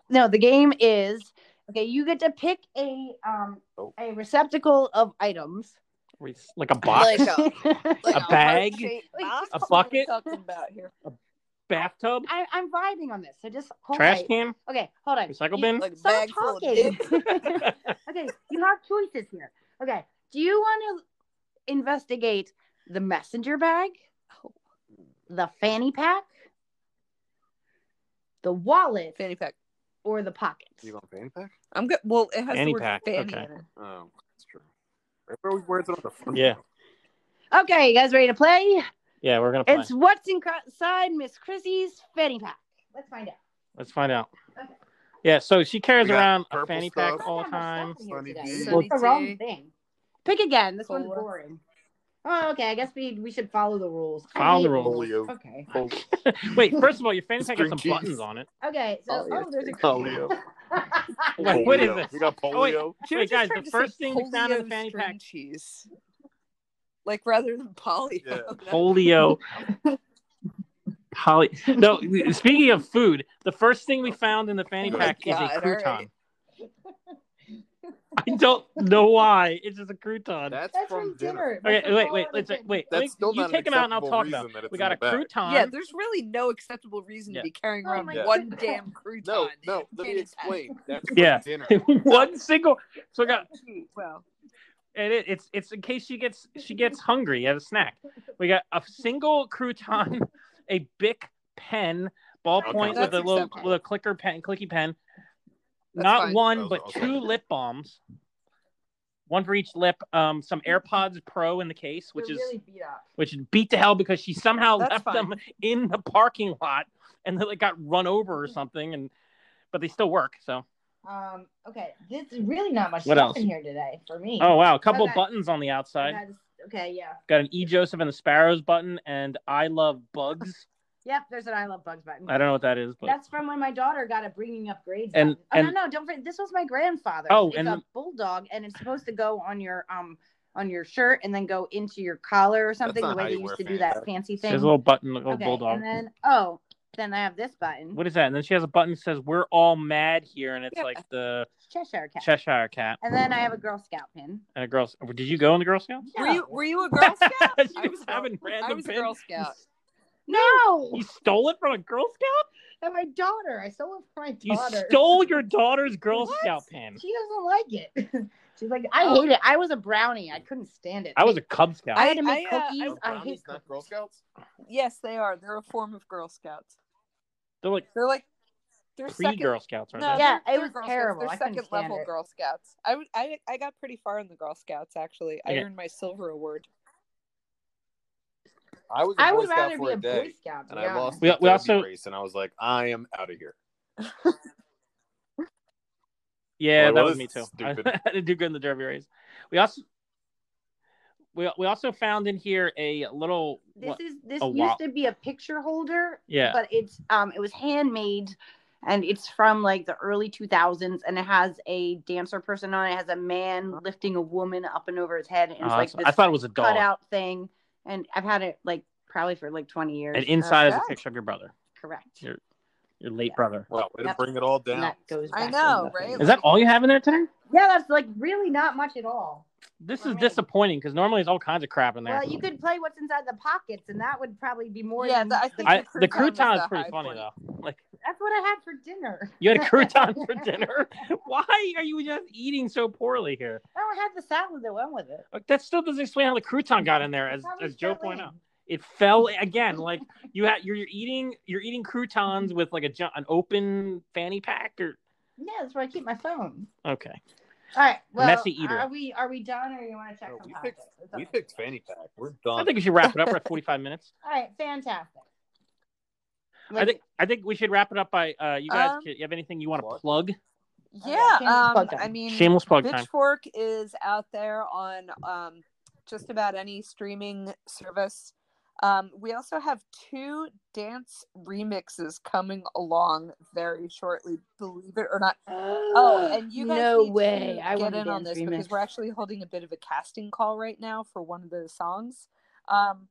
[SPEAKER 2] No, the game is okay. You get to pick a um
[SPEAKER 5] Oh.
[SPEAKER 2] a receptacle of items.
[SPEAKER 4] We- like a box,
[SPEAKER 3] Like uh, a-
[SPEAKER 4] A bag?
[SPEAKER 3] heart-shaped
[SPEAKER 2] Like,
[SPEAKER 3] box?
[SPEAKER 4] a
[SPEAKER 3] What are we
[SPEAKER 4] bucket?
[SPEAKER 3] talking about here?
[SPEAKER 4] bathtub,
[SPEAKER 2] I, I'm vibing on this, so just hold
[SPEAKER 4] trash
[SPEAKER 2] tight.
[SPEAKER 4] can.
[SPEAKER 2] Okay, hold on.
[SPEAKER 4] Recycle
[SPEAKER 2] You-
[SPEAKER 4] bin?
[SPEAKER 3] Like a
[SPEAKER 2] Stop
[SPEAKER 3] bag full of
[SPEAKER 2] talking. okay, you have choices here. Okay, do you want to investigate the messenger bag,
[SPEAKER 3] Oh.
[SPEAKER 2] the fanny pack, the wallet,
[SPEAKER 3] Fanny pack.
[SPEAKER 2] or the pockets?
[SPEAKER 5] You want fanny pack?
[SPEAKER 3] I'm good. Well, it has
[SPEAKER 4] Fanny
[SPEAKER 3] the word
[SPEAKER 4] pack,
[SPEAKER 3] fanny
[SPEAKER 4] okay.
[SPEAKER 3] in it.
[SPEAKER 5] Oh, that's true. Remember we wore it on the phone?
[SPEAKER 4] Yeah.
[SPEAKER 2] Okay, you guys ready to play?
[SPEAKER 4] Yeah, we're gonna play.
[SPEAKER 2] It's what's inside Miss Chrissy's fanny pack. Let's find out.
[SPEAKER 4] Let's find out.
[SPEAKER 2] Okay.
[SPEAKER 4] Yeah, so she carries
[SPEAKER 5] We got
[SPEAKER 4] around a
[SPEAKER 5] purple
[SPEAKER 4] fanny
[SPEAKER 5] stuff.
[SPEAKER 4] pack all the
[SPEAKER 2] Not that much
[SPEAKER 4] time.
[SPEAKER 2] stuff in here
[SPEAKER 5] Sunny
[SPEAKER 2] today.
[SPEAKER 5] D.
[SPEAKER 2] It's
[SPEAKER 3] Sunny
[SPEAKER 2] the wrong
[SPEAKER 3] D.
[SPEAKER 2] thing. Pick again. This one's
[SPEAKER 3] Cola.
[SPEAKER 2] boring. Oh, okay. I guess we we should follow the rules. I
[SPEAKER 4] Follow the
[SPEAKER 2] hate
[SPEAKER 4] rules.
[SPEAKER 2] Okay.
[SPEAKER 4] Wait, first of all, your fanny pack has
[SPEAKER 5] String
[SPEAKER 4] some
[SPEAKER 5] cheese.
[SPEAKER 4] buttons on it.
[SPEAKER 2] Okay. So,
[SPEAKER 5] Oh, yeah.
[SPEAKER 2] oh, there's a
[SPEAKER 5] Polio.
[SPEAKER 4] Wait, what is
[SPEAKER 5] Polio.
[SPEAKER 4] this?
[SPEAKER 5] We got
[SPEAKER 4] Oh, wait.
[SPEAKER 5] polio.
[SPEAKER 3] Should
[SPEAKER 4] Wait,
[SPEAKER 3] have just tried
[SPEAKER 4] guys,
[SPEAKER 3] to
[SPEAKER 4] the
[SPEAKER 3] say
[SPEAKER 4] first thing we found in the
[SPEAKER 3] polio
[SPEAKER 4] fanny
[SPEAKER 3] string
[SPEAKER 4] pack-
[SPEAKER 3] cheese, like rather than polio.
[SPEAKER 5] Yeah.
[SPEAKER 4] Polio. Poly. No, speaking of food, the first thing we found in the fanny
[SPEAKER 3] Oh my
[SPEAKER 4] pack is a
[SPEAKER 3] God, all
[SPEAKER 4] crouton.
[SPEAKER 3] right.
[SPEAKER 4] I don't know why. It's just a crouton.
[SPEAKER 5] That's,
[SPEAKER 2] That's
[SPEAKER 5] from
[SPEAKER 2] from dinner.
[SPEAKER 5] dinner.
[SPEAKER 2] That's
[SPEAKER 4] okay,
[SPEAKER 2] the
[SPEAKER 4] wait, wait,
[SPEAKER 2] fall
[SPEAKER 4] let's
[SPEAKER 2] of the
[SPEAKER 4] wait.
[SPEAKER 5] That's
[SPEAKER 4] let me-
[SPEAKER 5] still
[SPEAKER 4] you
[SPEAKER 5] not
[SPEAKER 4] take
[SPEAKER 5] an
[SPEAKER 4] them out and I'll
[SPEAKER 5] acceptable
[SPEAKER 4] talk
[SPEAKER 5] reason
[SPEAKER 4] about.
[SPEAKER 5] that
[SPEAKER 4] it.
[SPEAKER 5] it's
[SPEAKER 4] We
[SPEAKER 5] in
[SPEAKER 4] got
[SPEAKER 5] the
[SPEAKER 4] a
[SPEAKER 5] back.
[SPEAKER 4] crouton.
[SPEAKER 3] Yeah, there's really no acceptable reason
[SPEAKER 4] Yeah.
[SPEAKER 3] to be carrying
[SPEAKER 2] Oh
[SPEAKER 3] around
[SPEAKER 2] my
[SPEAKER 5] God.
[SPEAKER 3] one damn crouton.
[SPEAKER 5] No,
[SPEAKER 3] You
[SPEAKER 5] no. Let me
[SPEAKER 3] can't
[SPEAKER 5] explain. That's from
[SPEAKER 4] Yeah.
[SPEAKER 5] dinner.
[SPEAKER 4] One single. So we got
[SPEAKER 3] eat Well,
[SPEAKER 4] and it, it's it's in case she gets she gets hungry as a snack. We got a single crouton, a Bic pen, ballpoint
[SPEAKER 5] Okay.
[SPEAKER 4] with
[SPEAKER 5] That's
[SPEAKER 4] a little
[SPEAKER 3] acceptable.
[SPEAKER 4] with a clicker pen, clicky pen.
[SPEAKER 3] That's
[SPEAKER 4] Not
[SPEAKER 3] fine.
[SPEAKER 5] That
[SPEAKER 4] one,
[SPEAKER 5] was
[SPEAKER 4] but
[SPEAKER 5] awesome.
[SPEAKER 4] two lip balms. One for each lip. Um, some
[SPEAKER 3] Mm-hmm.
[SPEAKER 4] AirPods Pro in the case, which
[SPEAKER 2] They're
[SPEAKER 4] is
[SPEAKER 2] really beat up.
[SPEAKER 4] which beat to hell because she somehow
[SPEAKER 3] That's
[SPEAKER 4] left
[SPEAKER 3] fine.
[SPEAKER 4] them in the parking lot and then they got run over or something. And but they still work. So
[SPEAKER 2] Um. Okay. This is really not much
[SPEAKER 4] What
[SPEAKER 2] stuff
[SPEAKER 4] else?
[SPEAKER 2] in here today for me.
[SPEAKER 4] oh wow, a couple
[SPEAKER 2] Okay.
[SPEAKER 4] buttons on the outside.
[SPEAKER 2] That's- Okay. Yeah.
[SPEAKER 4] Got an E Joseph and the Sparrows button and I love bugs.
[SPEAKER 2] Yep. There's an I love bugs button.
[SPEAKER 4] I don't know what that is, but
[SPEAKER 2] That's from when my daughter got a bringing up grades.
[SPEAKER 4] And-
[SPEAKER 2] button. oh,
[SPEAKER 4] and-
[SPEAKER 2] no, no, don't forget. This was my grandfather.
[SPEAKER 4] Oh,
[SPEAKER 2] it's
[SPEAKER 4] and-
[SPEAKER 2] a bulldog, and it's supposed to go on your um on your shirt and then go into your collar or something.
[SPEAKER 5] not
[SPEAKER 2] The way
[SPEAKER 5] how
[SPEAKER 2] they
[SPEAKER 5] you
[SPEAKER 2] used
[SPEAKER 5] wear
[SPEAKER 2] to do
[SPEAKER 5] fanny
[SPEAKER 2] that
[SPEAKER 5] pack.
[SPEAKER 2] fancy
[SPEAKER 4] she
[SPEAKER 2] thing.
[SPEAKER 4] has a little button, a little
[SPEAKER 2] okay,
[SPEAKER 4] bulldog.
[SPEAKER 2] and then oh, then I have this button.
[SPEAKER 4] what is that? And then she has a button that says "We're all mad here," and it's
[SPEAKER 3] Yeah.
[SPEAKER 4] like the
[SPEAKER 2] Cheshire cat.
[SPEAKER 4] Cheshire Cat
[SPEAKER 2] and then I have a Girl Scout pin.
[SPEAKER 4] and a Girl. Did you go in the Girl Scout?
[SPEAKER 3] were you
[SPEAKER 2] No.
[SPEAKER 3] were you a Girl Scout?
[SPEAKER 4] she
[SPEAKER 3] I
[SPEAKER 4] was
[SPEAKER 3] Girl-
[SPEAKER 4] having
[SPEAKER 3] I
[SPEAKER 4] random
[SPEAKER 3] was
[SPEAKER 4] pins.
[SPEAKER 3] Girl Scout.
[SPEAKER 2] No,
[SPEAKER 4] You stole it from a Girl Scout?
[SPEAKER 2] and my daughter. I stole it from my
[SPEAKER 4] You
[SPEAKER 2] daughter.
[SPEAKER 4] stole your daughter's Girl
[SPEAKER 2] What?
[SPEAKER 4] Scout pin.
[SPEAKER 2] She doesn't like it. She's like, I hate it. Oh, I was a brownie. I couldn't stand it.
[SPEAKER 4] I was a Cub Scout.
[SPEAKER 2] I had to make
[SPEAKER 3] I, uh, I-
[SPEAKER 2] cookies.
[SPEAKER 3] Are
[SPEAKER 2] I,
[SPEAKER 5] brownies
[SPEAKER 2] hate
[SPEAKER 5] not Girl Scouts?
[SPEAKER 3] Yes, they are. They're a form of Girl Scouts.
[SPEAKER 4] They're like
[SPEAKER 3] They're like they're
[SPEAKER 4] pre
[SPEAKER 3] second
[SPEAKER 4] Girl Scouts, aren't
[SPEAKER 3] No,
[SPEAKER 4] they?
[SPEAKER 2] Yeah,
[SPEAKER 3] they're-
[SPEAKER 2] it
[SPEAKER 3] they're
[SPEAKER 2] was
[SPEAKER 3] Girl
[SPEAKER 2] terrible. I
[SPEAKER 3] Scouts. They're
[SPEAKER 2] couldn't
[SPEAKER 3] second
[SPEAKER 2] stand
[SPEAKER 3] level
[SPEAKER 2] it.
[SPEAKER 3] Girl Scouts. I, would- I I got pretty far in the Girl Scouts actually. I
[SPEAKER 4] Yeah.
[SPEAKER 3] earned my silver award.
[SPEAKER 5] I was a
[SPEAKER 2] I
[SPEAKER 5] Boy
[SPEAKER 2] would
[SPEAKER 5] Scout
[SPEAKER 2] rather
[SPEAKER 5] for
[SPEAKER 2] be
[SPEAKER 5] a
[SPEAKER 2] a
[SPEAKER 5] day,
[SPEAKER 2] Boy Scout. To
[SPEAKER 5] and
[SPEAKER 2] be
[SPEAKER 5] I lost
[SPEAKER 2] honest.
[SPEAKER 4] We-
[SPEAKER 5] the
[SPEAKER 4] we
[SPEAKER 5] derby
[SPEAKER 4] also-
[SPEAKER 5] race, and I was like, I am out of here.
[SPEAKER 4] Yeah,
[SPEAKER 5] Well,
[SPEAKER 4] that
[SPEAKER 5] it
[SPEAKER 4] was
[SPEAKER 5] was
[SPEAKER 4] me too.
[SPEAKER 5] stupid.
[SPEAKER 4] I didn't do good in the derby race. We also we, we also found in here a little
[SPEAKER 2] This
[SPEAKER 4] what-
[SPEAKER 2] is this
[SPEAKER 4] a
[SPEAKER 2] used
[SPEAKER 4] wop.
[SPEAKER 2] to be a picture holder.
[SPEAKER 4] Yeah.
[SPEAKER 2] But it's um it was handmade and it's from like the early 2000s and it has a dancer person on it. It has a man lifting a woman up and over his head and it's
[SPEAKER 4] Uh,
[SPEAKER 2] like
[SPEAKER 4] I
[SPEAKER 2] this
[SPEAKER 4] thought it was a dog.
[SPEAKER 2] cutout thing. And I've had it like probably for like 20 years.
[SPEAKER 4] And inside is a
[SPEAKER 3] Okay.
[SPEAKER 4] picture of your brother,
[SPEAKER 2] Correct.
[SPEAKER 4] your your late
[SPEAKER 2] Yeah.
[SPEAKER 4] brother.
[SPEAKER 5] Well, way to
[SPEAKER 2] Yep.
[SPEAKER 5] bring it all
[SPEAKER 2] And
[SPEAKER 5] down.
[SPEAKER 2] that goes
[SPEAKER 3] I
[SPEAKER 2] back in
[SPEAKER 3] know,
[SPEAKER 2] the
[SPEAKER 3] right?
[SPEAKER 2] thing.
[SPEAKER 4] Is that all you have in there today?
[SPEAKER 2] Yeah, that's like really not much at all.
[SPEAKER 4] This
[SPEAKER 2] For
[SPEAKER 4] is
[SPEAKER 2] me.
[SPEAKER 4] disappointing because normally there's all kinds of crap in there.
[SPEAKER 2] Well, you could play what's inside the pockets, and that would probably be more.
[SPEAKER 3] Yeah,
[SPEAKER 2] than-
[SPEAKER 3] the- I think
[SPEAKER 4] I, the
[SPEAKER 3] crouton was
[SPEAKER 4] crouton is
[SPEAKER 3] the
[SPEAKER 4] pretty
[SPEAKER 3] high
[SPEAKER 4] funny
[SPEAKER 3] point.
[SPEAKER 4] though. Like
[SPEAKER 2] that's what I had for dinner.
[SPEAKER 4] you had a crouton for dinner. Why are you just eating so poorly here?
[SPEAKER 2] I don't have the salad that went with it.
[SPEAKER 4] Like, that still doesn't explain how the crouton got in there, as
[SPEAKER 2] Probably
[SPEAKER 4] as Joe
[SPEAKER 2] fell
[SPEAKER 4] pointed
[SPEAKER 2] in.
[SPEAKER 4] out. It fell again. Like you had you're, you're eating you're eating croutons with like a ju- an open fanny pack or
[SPEAKER 2] Yeah, that's where I keep my phone.
[SPEAKER 4] okay.
[SPEAKER 2] All right. Well,
[SPEAKER 4] Messy eater.
[SPEAKER 2] Are we are we done, or you want to check
[SPEAKER 5] Oh,
[SPEAKER 2] some
[SPEAKER 5] we
[SPEAKER 2] topics?
[SPEAKER 5] picked-
[SPEAKER 2] It's
[SPEAKER 5] We
[SPEAKER 2] okay.
[SPEAKER 5] picked fanny pack. We're
[SPEAKER 4] I
[SPEAKER 5] done.
[SPEAKER 4] think we should wrap it up. We're at 45 minutes.
[SPEAKER 2] All right, fantastic.
[SPEAKER 4] I think I think we should wrap it up by uh, you guys.
[SPEAKER 3] Um,
[SPEAKER 4] you have anything you want to
[SPEAKER 5] Plug?
[SPEAKER 4] plug?
[SPEAKER 3] Yeah,
[SPEAKER 2] shameless
[SPEAKER 3] um,
[SPEAKER 2] plug time.
[SPEAKER 3] I mean,
[SPEAKER 4] Shameless plug time.
[SPEAKER 3] Pitchfork is out there on um, just about any streaming service. Um, we also have two dance remixes coming along very shortly, believe it or not. Oh, and you guys
[SPEAKER 2] no
[SPEAKER 3] need
[SPEAKER 2] way!
[SPEAKER 3] to
[SPEAKER 2] I
[SPEAKER 3] get
[SPEAKER 2] want
[SPEAKER 3] in
[SPEAKER 2] to
[SPEAKER 3] on this because we're actually holding a bit of a casting call right now for one of those songs. Um,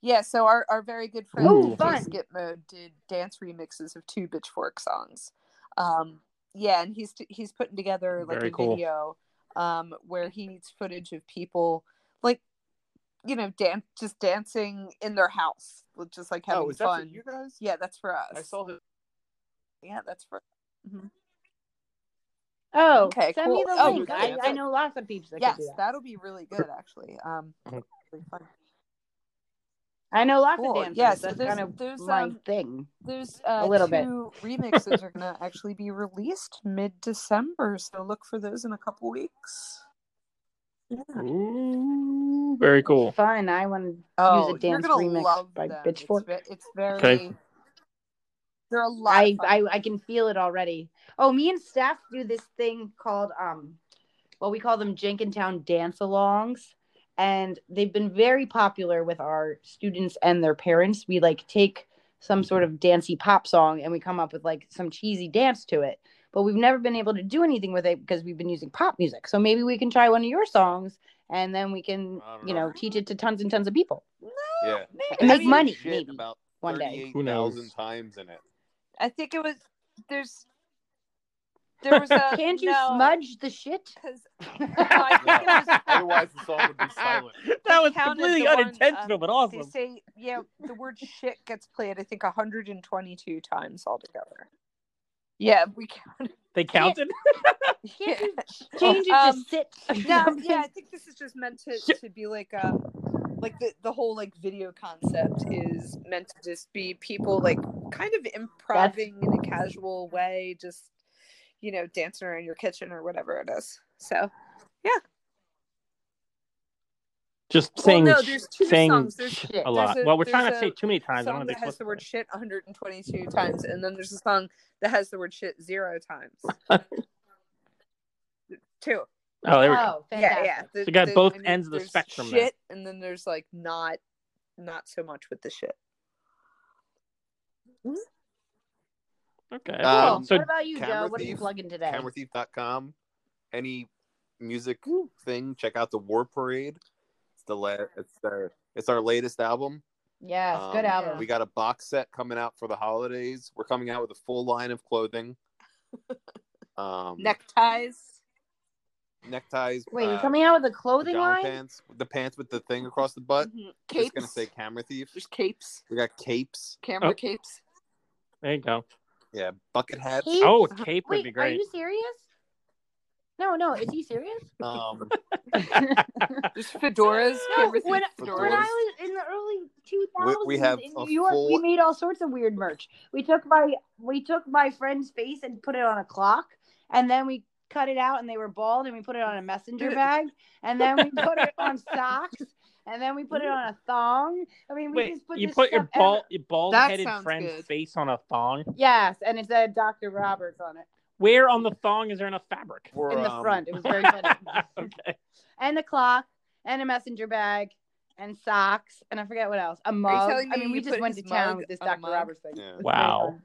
[SPEAKER 3] yeah, so our, our very good friend
[SPEAKER 4] Ooh,
[SPEAKER 3] DJ
[SPEAKER 2] fun.
[SPEAKER 3] Skip Mode did dance remixes of two Bitchfork songs. Um, yeah, and he's he's putting together like
[SPEAKER 4] Very
[SPEAKER 3] a
[SPEAKER 4] cool.
[SPEAKER 3] video um, where he needs footage of people like you know dan- just dancing in their house, with just like having
[SPEAKER 5] Oh, is that for
[SPEAKER 3] fun.
[SPEAKER 5] you guys?
[SPEAKER 3] Yeah, that's for us.
[SPEAKER 5] I saw him.
[SPEAKER 3] Yeah, that's for
[SPEAKER 2] Oh,
[SPEAKER 3] Okay,
[SPEAKER 2] send me
[SPEAKER 3] cool.
[SPEAKER 2] the
[SPEAKER 3] Oh,
[SPEAKER 2] link.
[SPEAKER 5] okay.
[SPEAKER 2] I, I know lots of peeps that
[SPEAKER 3] yes,
[SPEAKER 2] can do that.
[SPEAKER 3] that'll be really good actually. Um,
[SPEAKER 4] Mhm.
[SPEAKER 3] really fun.
[SPEAKER 2] I know lots
[SPEAKER 3] Cool.
[SPEAKER 2] of dancers.
[SPEAKER 3] Yes,
[SPEAKER 2] that's
[SPEAKER 3] there's-
[SPEAKER 2] kind of
[SPEAKER 3] there's,
[SPEAKER 2] my
[SPEAKER 3] um,
[SPEAKER 2] thing.
[SPEAKER 3] There's uh,
[SPEAKER 2] little bit.
[SPEAKER 3] two remixes are gonna actually be released mid December, so look for those in a couple weeks. Yeah.
[SPEAKER 4] Ooh, very cool.
[SPEAKER 2] Fun. I want to
[SPEAKER 3] Oh,
[SPEAKER 2] use a dance
[SPEAKER 3] you're gonna
[SPEAKER 2] remix
[SPEAKER 3] love
[SPEAKER 2] by
[SPEAKER 3] them.
[SPEAKER 2] Pitchfork.
[SPEAKER 3] It's, ve- it's very.
[SPEAKER 4] Okay.
[SPEAKER 3] They're a lot.
[SPEAKER 2] I,
[SPEAKER 3] of fun.
[SPEAKER 2] I I can feel it already. Oh, me and Steph do this thing called um, well we call them Jenkintown dance alongs, and they've been very popular with our students and their parents. We like take some sort of dancey pop song and we come up with like some cheesy dance to it, but we've never been able to do anything with it because we've been using pop music. So maybe we can try one of your songs and then we can
[SPEAKER 5] I don't
[SPEAKER 2] you
[SPEAKER 5] know.
[SPEAKER 2] know teach it to tons and tons of people
[SPEAKER 5] Yeah.
[SPEAKER 2] and
[SPEAKER 3] I
[SPEAKER 2] make
[SPEAKER 3] mean-
[SPEAKER 2] money
[SPEAKER 5] Shit
[SPEAKER 2] maybe
[SPEAKER 5] About
[SPEAKER 2] one day.
[SPEAKER 5] thirty-eight
[SPEAKER 4] Who
[SPEAKER 5] thousand
[SPEAKER 4] knows?
[SPEAKER 5] times in it.
[SPEAKER 3] I think it was there's. There was a.
[SPEAKER 2] Can't you
[SPEAKER 3] no,
[SPEAKER 2] smudge the shit?
[SPEAKER 3] Because I think it was
[SPEAKER 5] Otherwise, the song would be silent.
[SPEAKER 4] That was
[SPEAKER 3] counted
[SPEAKER 4] completely
[SPEAKER 3] the one,
[SPEAKER 4] unintentional,
[SPEAKER 3] um,
[SPEAKER 4] but
[SPEAKER 3] they
[SPEAKER 4] awesome.
[SPEAKER 3] say yeah, the word shit gets played. I think 122 times altogether. Yeah, we counted.
[SPEAKER 4] They counted.
[SPEAKER 2] Can't you
[SPEAKER 3] Yeah.
[SPEAKER 2] change it
[SPEAKER 3] Um,
[SPEAKER 2] to sit? or
[SPEAKER 3] No,
[SPEAKER 2] something?
[SPEAKER 3] yeah, I think this is just meant to,
[SPEAKER 4] Shit.
[SPEAKER 3] to be like um like the, the whole like video concept is meant to just be people like kind of improving in a casual way, just you know, dancing around your kitchen or whatever it is. So
[SPEAKER 4] Just saying.
[SPEAKER 3] well, no, there's two
[SPEAKER 4] saying
[SPEAKER 3] songs. There's
[SPEAKER 4] shit
[SPEAKER 2] there's
[SPEAKER 4] a lot.
[SPEAKER 3] a-
[SPEAKER 4] well, we're trying not to
[SPEAKER 3] there's
[SPEAKER 4] say too many
[SPEAKER 3] a
[SPEAKER 4] times. I don't
[SPEAKER 3] song
[SPEAKER 4] know
[SPEAKER 3] that
[SPEAKER 4] if they
[SPEAKER 3] has the
[SPEAKER 4] split
[SPEAKER 3] word shit 122 times, and then there's a song that has the word shit zero times. Two.
[SPEAKER 4] that. Oh, there we go.
[SPEAKER 2] Oh, fantastic.
[SPEAKER 3] Yeah, yeah. The-
[SPEAKER 4] So you got
[SPEAKER 3] the-
[SPEAKER 4] both
[SPEAKER 3] I mean,
[SPEAKER 4] ends of the
[SPEAKER 3] there's
[SPEAKER 4] spectrum there.
[SPEAKER 3] Shit, and then there's like not, not so much with the shit.
[SPEAKER 4] Okay.
[SPEAKER 2] Cool.
[SPEAKER 5] Um,
[SPEAKER 4] so
[SPEAKER 2] what about you,
[SPEAKER 5] Camera
[SPEAKER 2] Joe? What are you
[SPEAKER 5] Thief-
[SPEAKER 2] plugging today?
[SPEAKER 5] CameraThief.com. Any music thing? Check out the War Parade. It's the la- it's our it's our latest album.
[SPEAKER 2] Yes,
[SPEAKER 5] Um,
[SPEAKER 2] good album.
[SPEAKER 5] We got a box set coming out for the holidays. We're coming out with
[SPEAKER 7] Mm-hmm.
[SPEAKER 5] a full line of clothing. Um,
[SPEAKER 3] Neckties.
[SPEAKER 5] neckties.
[SPEAKER 2] Wait, you're
[SPEAKER 5] uh,
[SPEAKER 2] coming out with a clothing
[SPEAKER 5] pajama
[SPEAKER 2] line?
[SPEAKER 5] pants, the pants with the thing across the butt.
[SPEAKER 7] Mhm.
[SPEAKER 5] It's
[SPEAKER 7] Capes.
[SPEAKER 5] gonna say camera thief.
[SPEAKER 7] There's capes.
[SPEAKER 5] We got capes.
[SPEAKER 7] Camera
[SPEAKER 4] Oh.
[SPEAKER 7] capes.
[SPEAKER 4] There you go.
[SPEAKER 5] Yeah, bucket hats.
[SPEAKER 2] Capes?
[SPEAKER 4] Oh, a cape would
[SPEAKER 2] Wait,
[SPEAKER 4] be
[SPEAKER 2] are
[SPEAKER 4] great.
[SPEAKER 2] you serious? No, no, is he serious?
[SPEAKER 5] Um,
[SPEAKER 7] There's fedoras.
[SPEAKER 2] No,
[SPEAKER 7] camera
[SPEAKER 2] when,
[SPEAKER 7] thief
[SPEAKER 2] when
[SPEAKER 5] Fedoras.
[SPEAKER 2] I was in the early 2000s
[SPEAKER 5] We- we have
[SPEAKER 2] in
[SPEAKER 5] a
[SPEAKER 2] New York, we
[SPEAKER 5] full-
[SPEAKER 2] made all sorts of weird merch. We took my we took my friend's face and put it on a clock, and then we cut it out, and they were bald, and we put it on a messenger bag, and then we put it on socks, and then we put it on a thong. I mean, we
[SPEAKER 4] Wait,
[SPEAKER 2] just put
[SPEAKER 4] you
[SPEAKER 2] this
[SPEAKER 4] put
[SPEAKER 2] stuff
[SPEAKER 4] your bald,
[SPEAKER 2] every-
[SPEAKER 4] your bald
[SPEAKER 7] That
[SPEAKER 4] headed
[SPEAKER 7] sounds
[SPEAKER 4] friend's
[SPEAKER 7] good.
[SPEAKER 4] face on a thong.
[SPEAKER 2] Yes, and it said Dr. Roberts on it
[SPEAKER 4] Where on the thong is there enough fabric?
[SPEAKER 5] we're,
[SPEAKER 2] in the
[SPEAKER 5] um,
[SPEAKER 2] front. It was very funny.
[SPEAKER 4] okay.
[SPEAKER 2] and the clock, and a messenger bag, and socks, and I forget what else. A
[SPEAKER 7] Are you
[SPEAKER 2] mug.
[SPEAKER 7] telling
[SPEAKER 2] I
[SPEAKER 7] me
[SPEAKER 2] mean, we
[SPEAKER 7] you
[SPEAKER 2] just
[SPEAKER 7] put
[SPEAKER 2] went to
[SPEAKER 7] his
[SPEAKER 2] town
[SPEAKER 7] mug
[SPEAKER 2] with this
[SPEAKER 7] on a
[SPEAKER 2] Dr.
[SPEAKER 7] mug?
[SPEAKER 2] Roberts thing.
[SPEAKER 5] Yeah.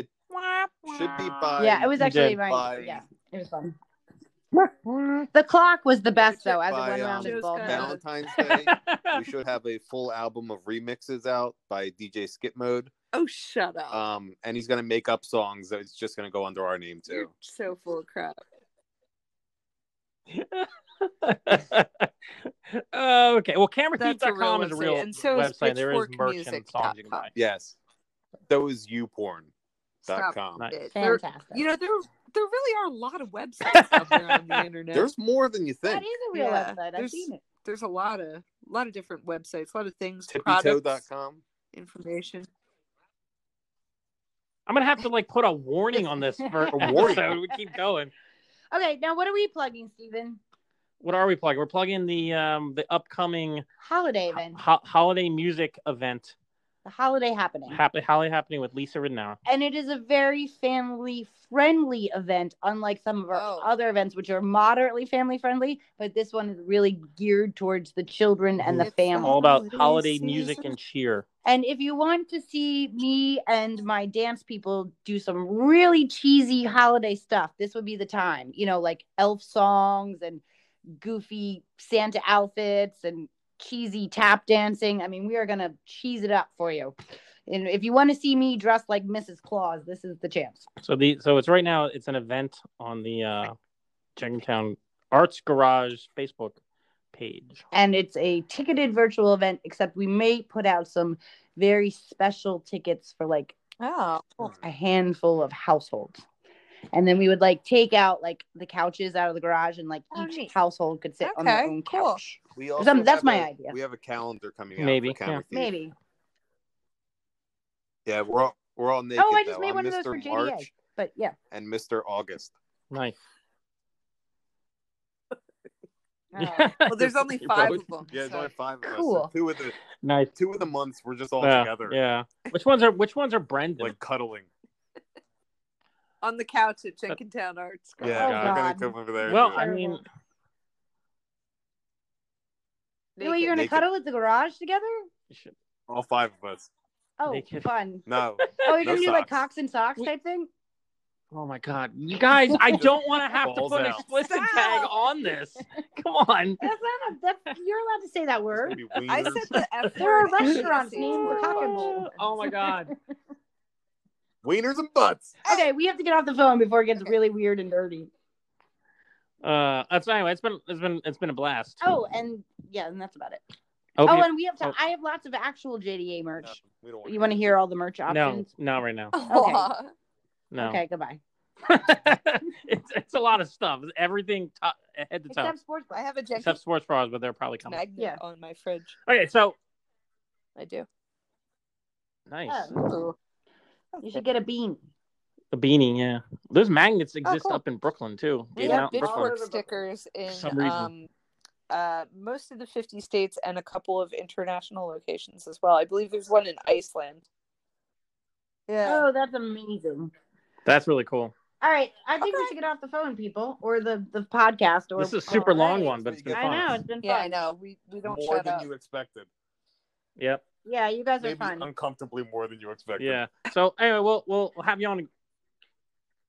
[SPEAKER 2] It was
[SPEAKER 4] Wow.
[SPEAKER 2] very fun.
[SPEAKER 5] Should be by.
[SPEAKER 2] Yeah, it was
[SPEAKER 4] You
[SPEAKER 2] actually
[SPEAKER 4] did
[SPEAKER 2] my
[SPEAKER 5] by-
[SPEAKER 2] yeah, it was fun. the clock was the best though, as it
[SPEAKER 5] By,
[SPEAKER 2] went
[SPEAKER 5] um,
[SPEAKER 2] around his
[SPEAKER 7] Joe's
[SPEAKER 2] bald
[SPEAKER 7] gonna-
[SPEAKER 2] head.
[SPEAKER 5] Valentine's Day. we should have a full album of remixes out by DJ Skip Mode.
[SPEAKER 7] Oh, shut up.
[SPEAKER 5] Um, and he's gonna make up songs that it's just gonna go under our name
[SPEAKER 7] You're
[SPEAKER 5] too.
[SPEAKER 7] so full of crap.
[SPEAKER 4] Oh, okay. Well,
[SPEAKER 7] That's a real
[SPEAKER 4] cameratheef.com is a
[SPEAKER 7] website,
[SPEAKER 4] real
[SPEAKER 7] and so is
[SPEAKER 4] website. there is merch and songs you can buy.
[SPEAKER 7] pitchforkmusic.com.
[SPEAKER 5] Yes. So is YouPorn.com.
[SPEAKER 7] Stop
[SPEAKER 4] Nice.
[SPEAKER 7] it. There,
[SPEAKER 2] Fantastic.
[SPEAKER 7] you know, there there really are a lot of websites out there on the internet.
[SPEAKER 5] There's more than you
[SPEAKER 2] that
[SPEAKER 5] think.
[SPEAKER 2] is a real
[SPEAKER 7] Yeah,
[SPEAKER 2] website. I've
[SPEAKER 7] there's-
[SPEAKER 2] seen it.
[SPEAKER 7] There's a lot of a lot of different websites, a lot of things, products,
[SPEAKER 5] Tippytoe.com.
[SPEAKER 7] information.
[SPEAKER 4] I'm gonna have to like put a warning on this for
[SPEAKER 5] A warning.
[SPEAKER 4] So we keep going.
[SPEAKER 2] Okay, now what are we plugging, Stephen?
[SPEAKER 4] What are we plugging? We're plugging the um the upcoming
[SPEAKER 2] Holiday
[SPEAKER 4] ho-
[SPEAKER 2] event,
[SPEAKER 4] ho- holiday music event,
[SPEAKER 2] the holiday happening,
[SPEAKER 4] happy holiday happening with Lisa Ridnour.
[SPEAKER 2] and it is a very family-friendly event, unlike some of our
[SPEAKER 7] Oh.
[SPEAKER 2] other events, which are moderately family-friendly. But this one is really geared towards the children and the
[SPEAKER 7] It's the
[SPEAKER 2] family.
[SPEAKER 4] All about
[SPEAKER 7] Holiday
[SPEAKER 4] holiday
[SPEAKER 7] season.
[SPEAKER 4] music and cheer.
[SPEAKER 2] And if you want to see me and my dance people do some really cheesy holiday stuff, this would be the time. You know, like elf songs and goofy Santa outfits and cheesy tap dancing. I mean, we are going to cheese it up for you. And if you want to see me dressed like Mrs. Claus, this is the chance.
[SPEAKER 4] So the so it's right now it's an event on the uh Jenkintown Arts Garage Facebook page.
[SPEAKER 2] and it's a ticketed virtual event except we may put out some very special tickets for like
[SPEAKER 7] Oh,
[SPEAKER 2] a handful of households and then we would like take out like the couches out of the garage and like
[SPEAKER 7] Oh,
[SPEAKER 2] each
[SPEAKER 7] neat.
[SPEAKER 2] household could sit on their
[SPEAKER 7] Okay,
[SPEAKER 2] own
[SPEAKER 7] cool.
[SPEAKER 2] couch
[SPEAKER 5] We also
[SPEAKER 2] Some- that's
[SPEAKER 5] have
[SPEAKER 2] my
[SPEAKER 5] a-
[SPEAKER 2] idea.
[SPEAKER 5] We have a calendar coming out.
[SPEAKER 4] Maybe,
[SPEAKER 5] for Camera Thief.
[SPEAKER 2] maybe
[SPEAKER 5] Yeah, we're all we're all naked.
[SPEAKER 2] Oh, I just
[SPEAKER 5] though.
[SPEAKER 2] made
[SPEAKER 5] I'm
[SPEAKER 2] one of those
[SPEAKER 5] Mr.
[SPEAKER 2] for JDA.
[SPEAKER 5] March
[SPEAKER 2] but yeah
[SPEAKER 5] and Mr. August.
[SPEAKER 4] Nice.
[SPEAKER 7] well, there's only five of them.
[SPEAKER 5] Yeah, there's
[SPEAKER 7] so-
[SPEAKER 5] only five of us.
[SPEAKER 2] Cool.
[SPEAKER 5] So two of the
[SPEAKER 4] nice.
[SPEAKER 5] two of the months we're just all
[SPEAKER 4] Yeah,
[SPEAKER 5] together.
[SPEAKER 4] Yeah. Which ones are which ones are Brendan?
[SPEAKER 5] Like cuddling.
[SPEAKER 7] on the couch at Jenkintown Arts. Garage.
[SPEAKER 5] Yeah,
[SPEAKER 2] Oh,
[SPEAKER 5] we're gonna
[SPEAKER 2] God.
[SPEAKER 5] come over there. and
[SPEAKER 4] well,
[SPEAKER 5] do it.
[SPEAKER 4] I
[SPEAKER 2] Terrible.
[SPEAKER 4] mean,
[SPEAKER 2] you know what, you're gonna
[SPEAKER 5] Naked.
[SPEAKER 2] cuddle at the garage together
[SPEAKER 5] all five of us.
[SPEAKER 2] oh
[SPEAKER 4] Naked.
[SPEAKER 2] fun
[SPEAKER 5] No,
[SPEAKER 2] oh you're
[SPEAKER 5] No
[SPEAKER 2] gonna do like
[SPEAKER 5] socks.
[SPEAKER 2] cocks and socks
[SPEAKER 4] We-
[SPEAKER 2] type thing
[SPEAKER 4] oh my god, you guys! I don't want to have to
[SPEAKER 5] Balls
[SPEAKER 4] put an
[SPEAKER 5] out.
[SPEAKER 4] explicit
[SPEAKER 2] Stop.
[SPEAKER 4] tag on this. Come on.
[SPEAKER 2] that's not a, that's you're allowed to say that
[SPEAKER 5] it's gonna
[SPEAKER 2] word
[SPEAKER 5] be
[SPEAKER 7] I
[SPEAKER 5] weird.
[SPEAKER 7] said the F
[SPEAKER 2] there are
[SPEAKER 7] word and
[SPEAKER 2] restaurants
[SPEAKER 7] the C
[SPEAKER 2] named
[SPEAKER 7] word.
[SPEAKER 2] cock and bull
[SPEAKER 4] Oh my god.
[SPEAKER 5] wieners and butts.
[SPEAKER 2] okay we have to get off the phone before it gets really weird and dirty
[SPEAKER 4] Uh, that's anyway. It's been it's been it's been a blast.
[SPEAKER 2] Oh, and yeah, and that's about it.
[SPEAKER 4] Hope
[SPEAKER 2] Oh,
[SPEAKER 4] you-
[SPEAKER 2] and we have to.
[SPEAKER 4] oh.
[SPEAKER 2] I have lots of actual JDA
[SPEAKER 5] No,
[SPEAKER 2] merch.
[SPEAKER 5] we don't
[SPEAKER 2] You want to hear all the merch
[SPEAKER 4] no,
[SPEAKER 2] options?
[SPEAKER 4] not right now.
[SPEAKER 7] Aw.
[SPEAKER 4] No.
[SPEAKER 2] Oh, Okay, goodbye.
[SPEAKER 4] it's, it's a lot of stuff. Everything top, head to toe,
[SPEAKER 2] Except
[SPEAKER 4] except,
[SPEAKER 2] sports.
[SPEAKER 7] I have a Jenkintown
[SPEAKER 4] sports bras, but they're probably coming.
[SPEAKER 7] magnet
[SPEAKER 2] Yeah.
[SPEAKER 7] on my fridge.
[SPEAKER 4] Okay, so
[SPEAKER 7] I do.
[SPEAKER 4] nice.
[SPEAKER 2] Oh, you should get a bean.
[SPEAKER 4] The beanie, yeah. Those magnets
[SPEAKER 2] Oh,
[SPEAKER 4] exist
[SPEAKER 7] cool.
[SPEAKER 4] up in Brooklyn too.
[SPEAKER 7] We
[SPEAKER 4] Even
[SPEAKER 7] have
[SPEAKER 4] out in Brooklyn.
[SPEAKER 7] Pitchfork
[SPEAKER 2] Brooklyn.
[SPEAKER 7] stickers in
[SPEAKER 4] some reason.
[SPEAKER 7] um, uh, most of the 50 states and a couple of international locations as well. I believe there's one in Iceland. Yeah.
[SPEAKER 2] Oh, that's amazing.
[SPEAKER 4] That's really cool.
[SPEAKER 2] All right, I think we
[SPEAKER 7] Okay.
[SPEAKER 2] should get off the phone, people, or the the podcast. Or
[SPEAKER 4] This is a super
[SPEAKER 2] All
[SPEAKER 4] long
[SPEAKER 2] right.
[SPEAKER 4] one, but it's been
[SPEAKER 5] I
[SPEAKER 4] fun.
[SPEAKER 2] I know it's been fun.
[SPEAKER 7] Yeah, I know. We we don't
[SPEAKER 5] more
[SPEAKER 7] shut
[SPEAKER 5] than
[SPEAKER 7] up.
[SPEAKER 5] you expected.
[SPEAKER 4] Yep.
[SPEAKER 2] Yeah, you guys are
[SPEAKER 5] Maybe
[SPEAKER 2] fun.
[SPEAKER 5] uncomfortably more than you expected.
[SPEAKER 4] Yeah. So anyway, we'll we'll we'll have you on.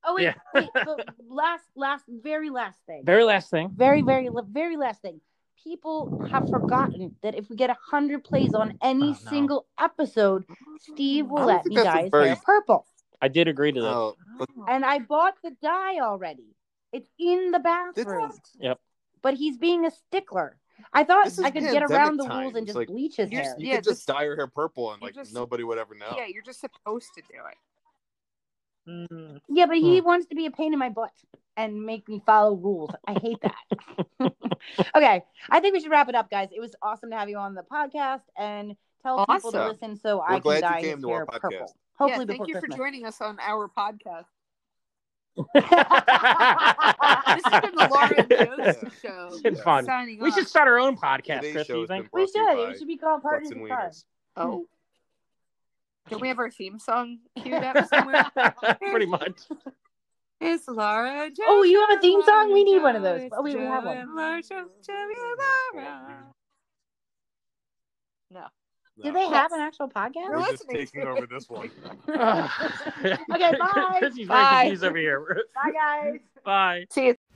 [SPEAKER 2] oh wait,
[SPEAKER 4] yeah.
[SPEAKER 2] wait, but last, last, very last thing.
[SPEAKER 4] Very last thing.
[SPEAKER 2] very, very, la- very last thing. People have forgotten that if we get hundred plays on any
[SPEAKER 4] Oh, no.
[SPEAKER 2] single episode, Steve will
[SPEAKER 5] I don't
[SPEAKER 2] let
[SPEAKER 5] think
[SPEAKER 2] me
[SPEAKER 5] that's a
[SPEAKER 2] dye his
[SPEAKER 5] very-
[SPEAKER 2] hair purple.
[SPEAKER 4] Oh. I did agree to this.
[SPEAKER 5] Oh, but
[SPEAKER 2] And I bought the dye already. It's in the bathroom.
[SPEAKER 4] Yep.
[SPEAKER 2] But he's being a stickler. I thought
[SPEAKER 5] This is
[SPEAKER 2] I could get around the
[SPEAKER 5] pandemic
[SPEAKER 2] rules and
[SPEAKER 5] times,
[SPEAKER 2] just
[SPEAKER 5] like,
[SPEAKER 2] bleach his
[SPEAKER 5] You
[SPEAKER 2] hair.
[SPEAKER 5] could
[SPEAKER 3] Yeah,
[SPEAKER 5] just,
[SPEAKER 3] just-
[SPEAKER 5] dye your hair purple and
[SPEAKER 3] you
[SPEAKER 5] like
[SPEAKER 3] just-
[SPEAKER 5] nobody would ever know.
[SPEAKER 3] Yeah, you're just supposed to do it.
[SPEAKER 4] Mm.
[SPEAKER 2] Yeah, but
[SPEAKER 3] Hmm.
[SPEAKER 2] he wants to be a pain in my butt and make me follow rules. I hate that. okay, I think we should wrap it up, guys. It was awesome to have you on the podcast and tell people to
[SPEAKER 5] Awesome.
[SPEAKER 2] listen so I
[SPEAKER 5] We're
[SPEAKER 2] can
[SPEAKER 5] glad you
[SPEAKER 2] dye
[SPEAKER 5] came
[SPEAKER 2] his
[SPEAKER 5] to our
[SPEAKER 2] hair
[SPEAKER 5] podcast.
[SPEAKER 2] purple.
[SPEAKER 3] Yeah,
[SPEAKER 2] Hopefully
[SPEAKER 3] thank
[SPEAKER 2] before
[SPEAKER 3] you
[SPEAKER 2] Christmas.
[SPEAKER 3] for joining us on our podcast.
[SPEAKER 2] This
[SPEAKER 3] This has been the Laura Jones
[SPEAKER 5] Yeah.
[SPEAKER 3] show.
[SPEAKER 4] It's been fun.
[SPEAKER 3] Signing
[SPEAKER 4] We
[SPEAKER 3] off.
[SPEAKER 4] should start our own podcast,
[SPEAKER 5] Today's
[SPEAKER 4] Chris.
[SPEAKER 5] show
[SPEAKER 4] Do you
[SPEAKER 5] has been
[SPEAKER 4] think?
[SPEAKER 2] we
[SPEAKER 5] brought to you
[SPEAKER 2] should.
[SPEAKER 5] by
[SPEAKER 2] It should be called Partners
[SPEAKER 5] Butts and
[SPEAKER 2] in Crime.
[SPEAKER 5] Wieners.
[SPEAKER 3] Oh. Can we have our theme song queued up somewhere?
[SPEAKER 4] Pretty much.
[SPEAKER 3] It's Laura Jones.
[SPEAKER 2] Oh, you have a theme song? We need one of
[SPEAKER 3] Jones,
[SPEAKER 2] those. Oh, wait, we have
[SPEAKER 3] Joe
[SPEAKER 2] one.
[SPEAKER 3] and Laura Jones, Joe and Laura.
[SPEAKER 2] Do
[SPEAKER 5] No.
[SPEAKER 2] they have an actual podcast?
[SPEAKER 5] We're just
[SPEAKER 3] listening to
[SPEAKER 5] taking over this one.
[SPEAKER 4] okay,
[SPEAKER 2] bye.
[SPEAKER 4] Chrissy's very
[SPEAKER 7] Bye.
[SPEAKER 4] confused over here.
[SPEAKER 2] Bye, guys.
[SPEAKER 4] Bye.
[SPEAKER 7] See you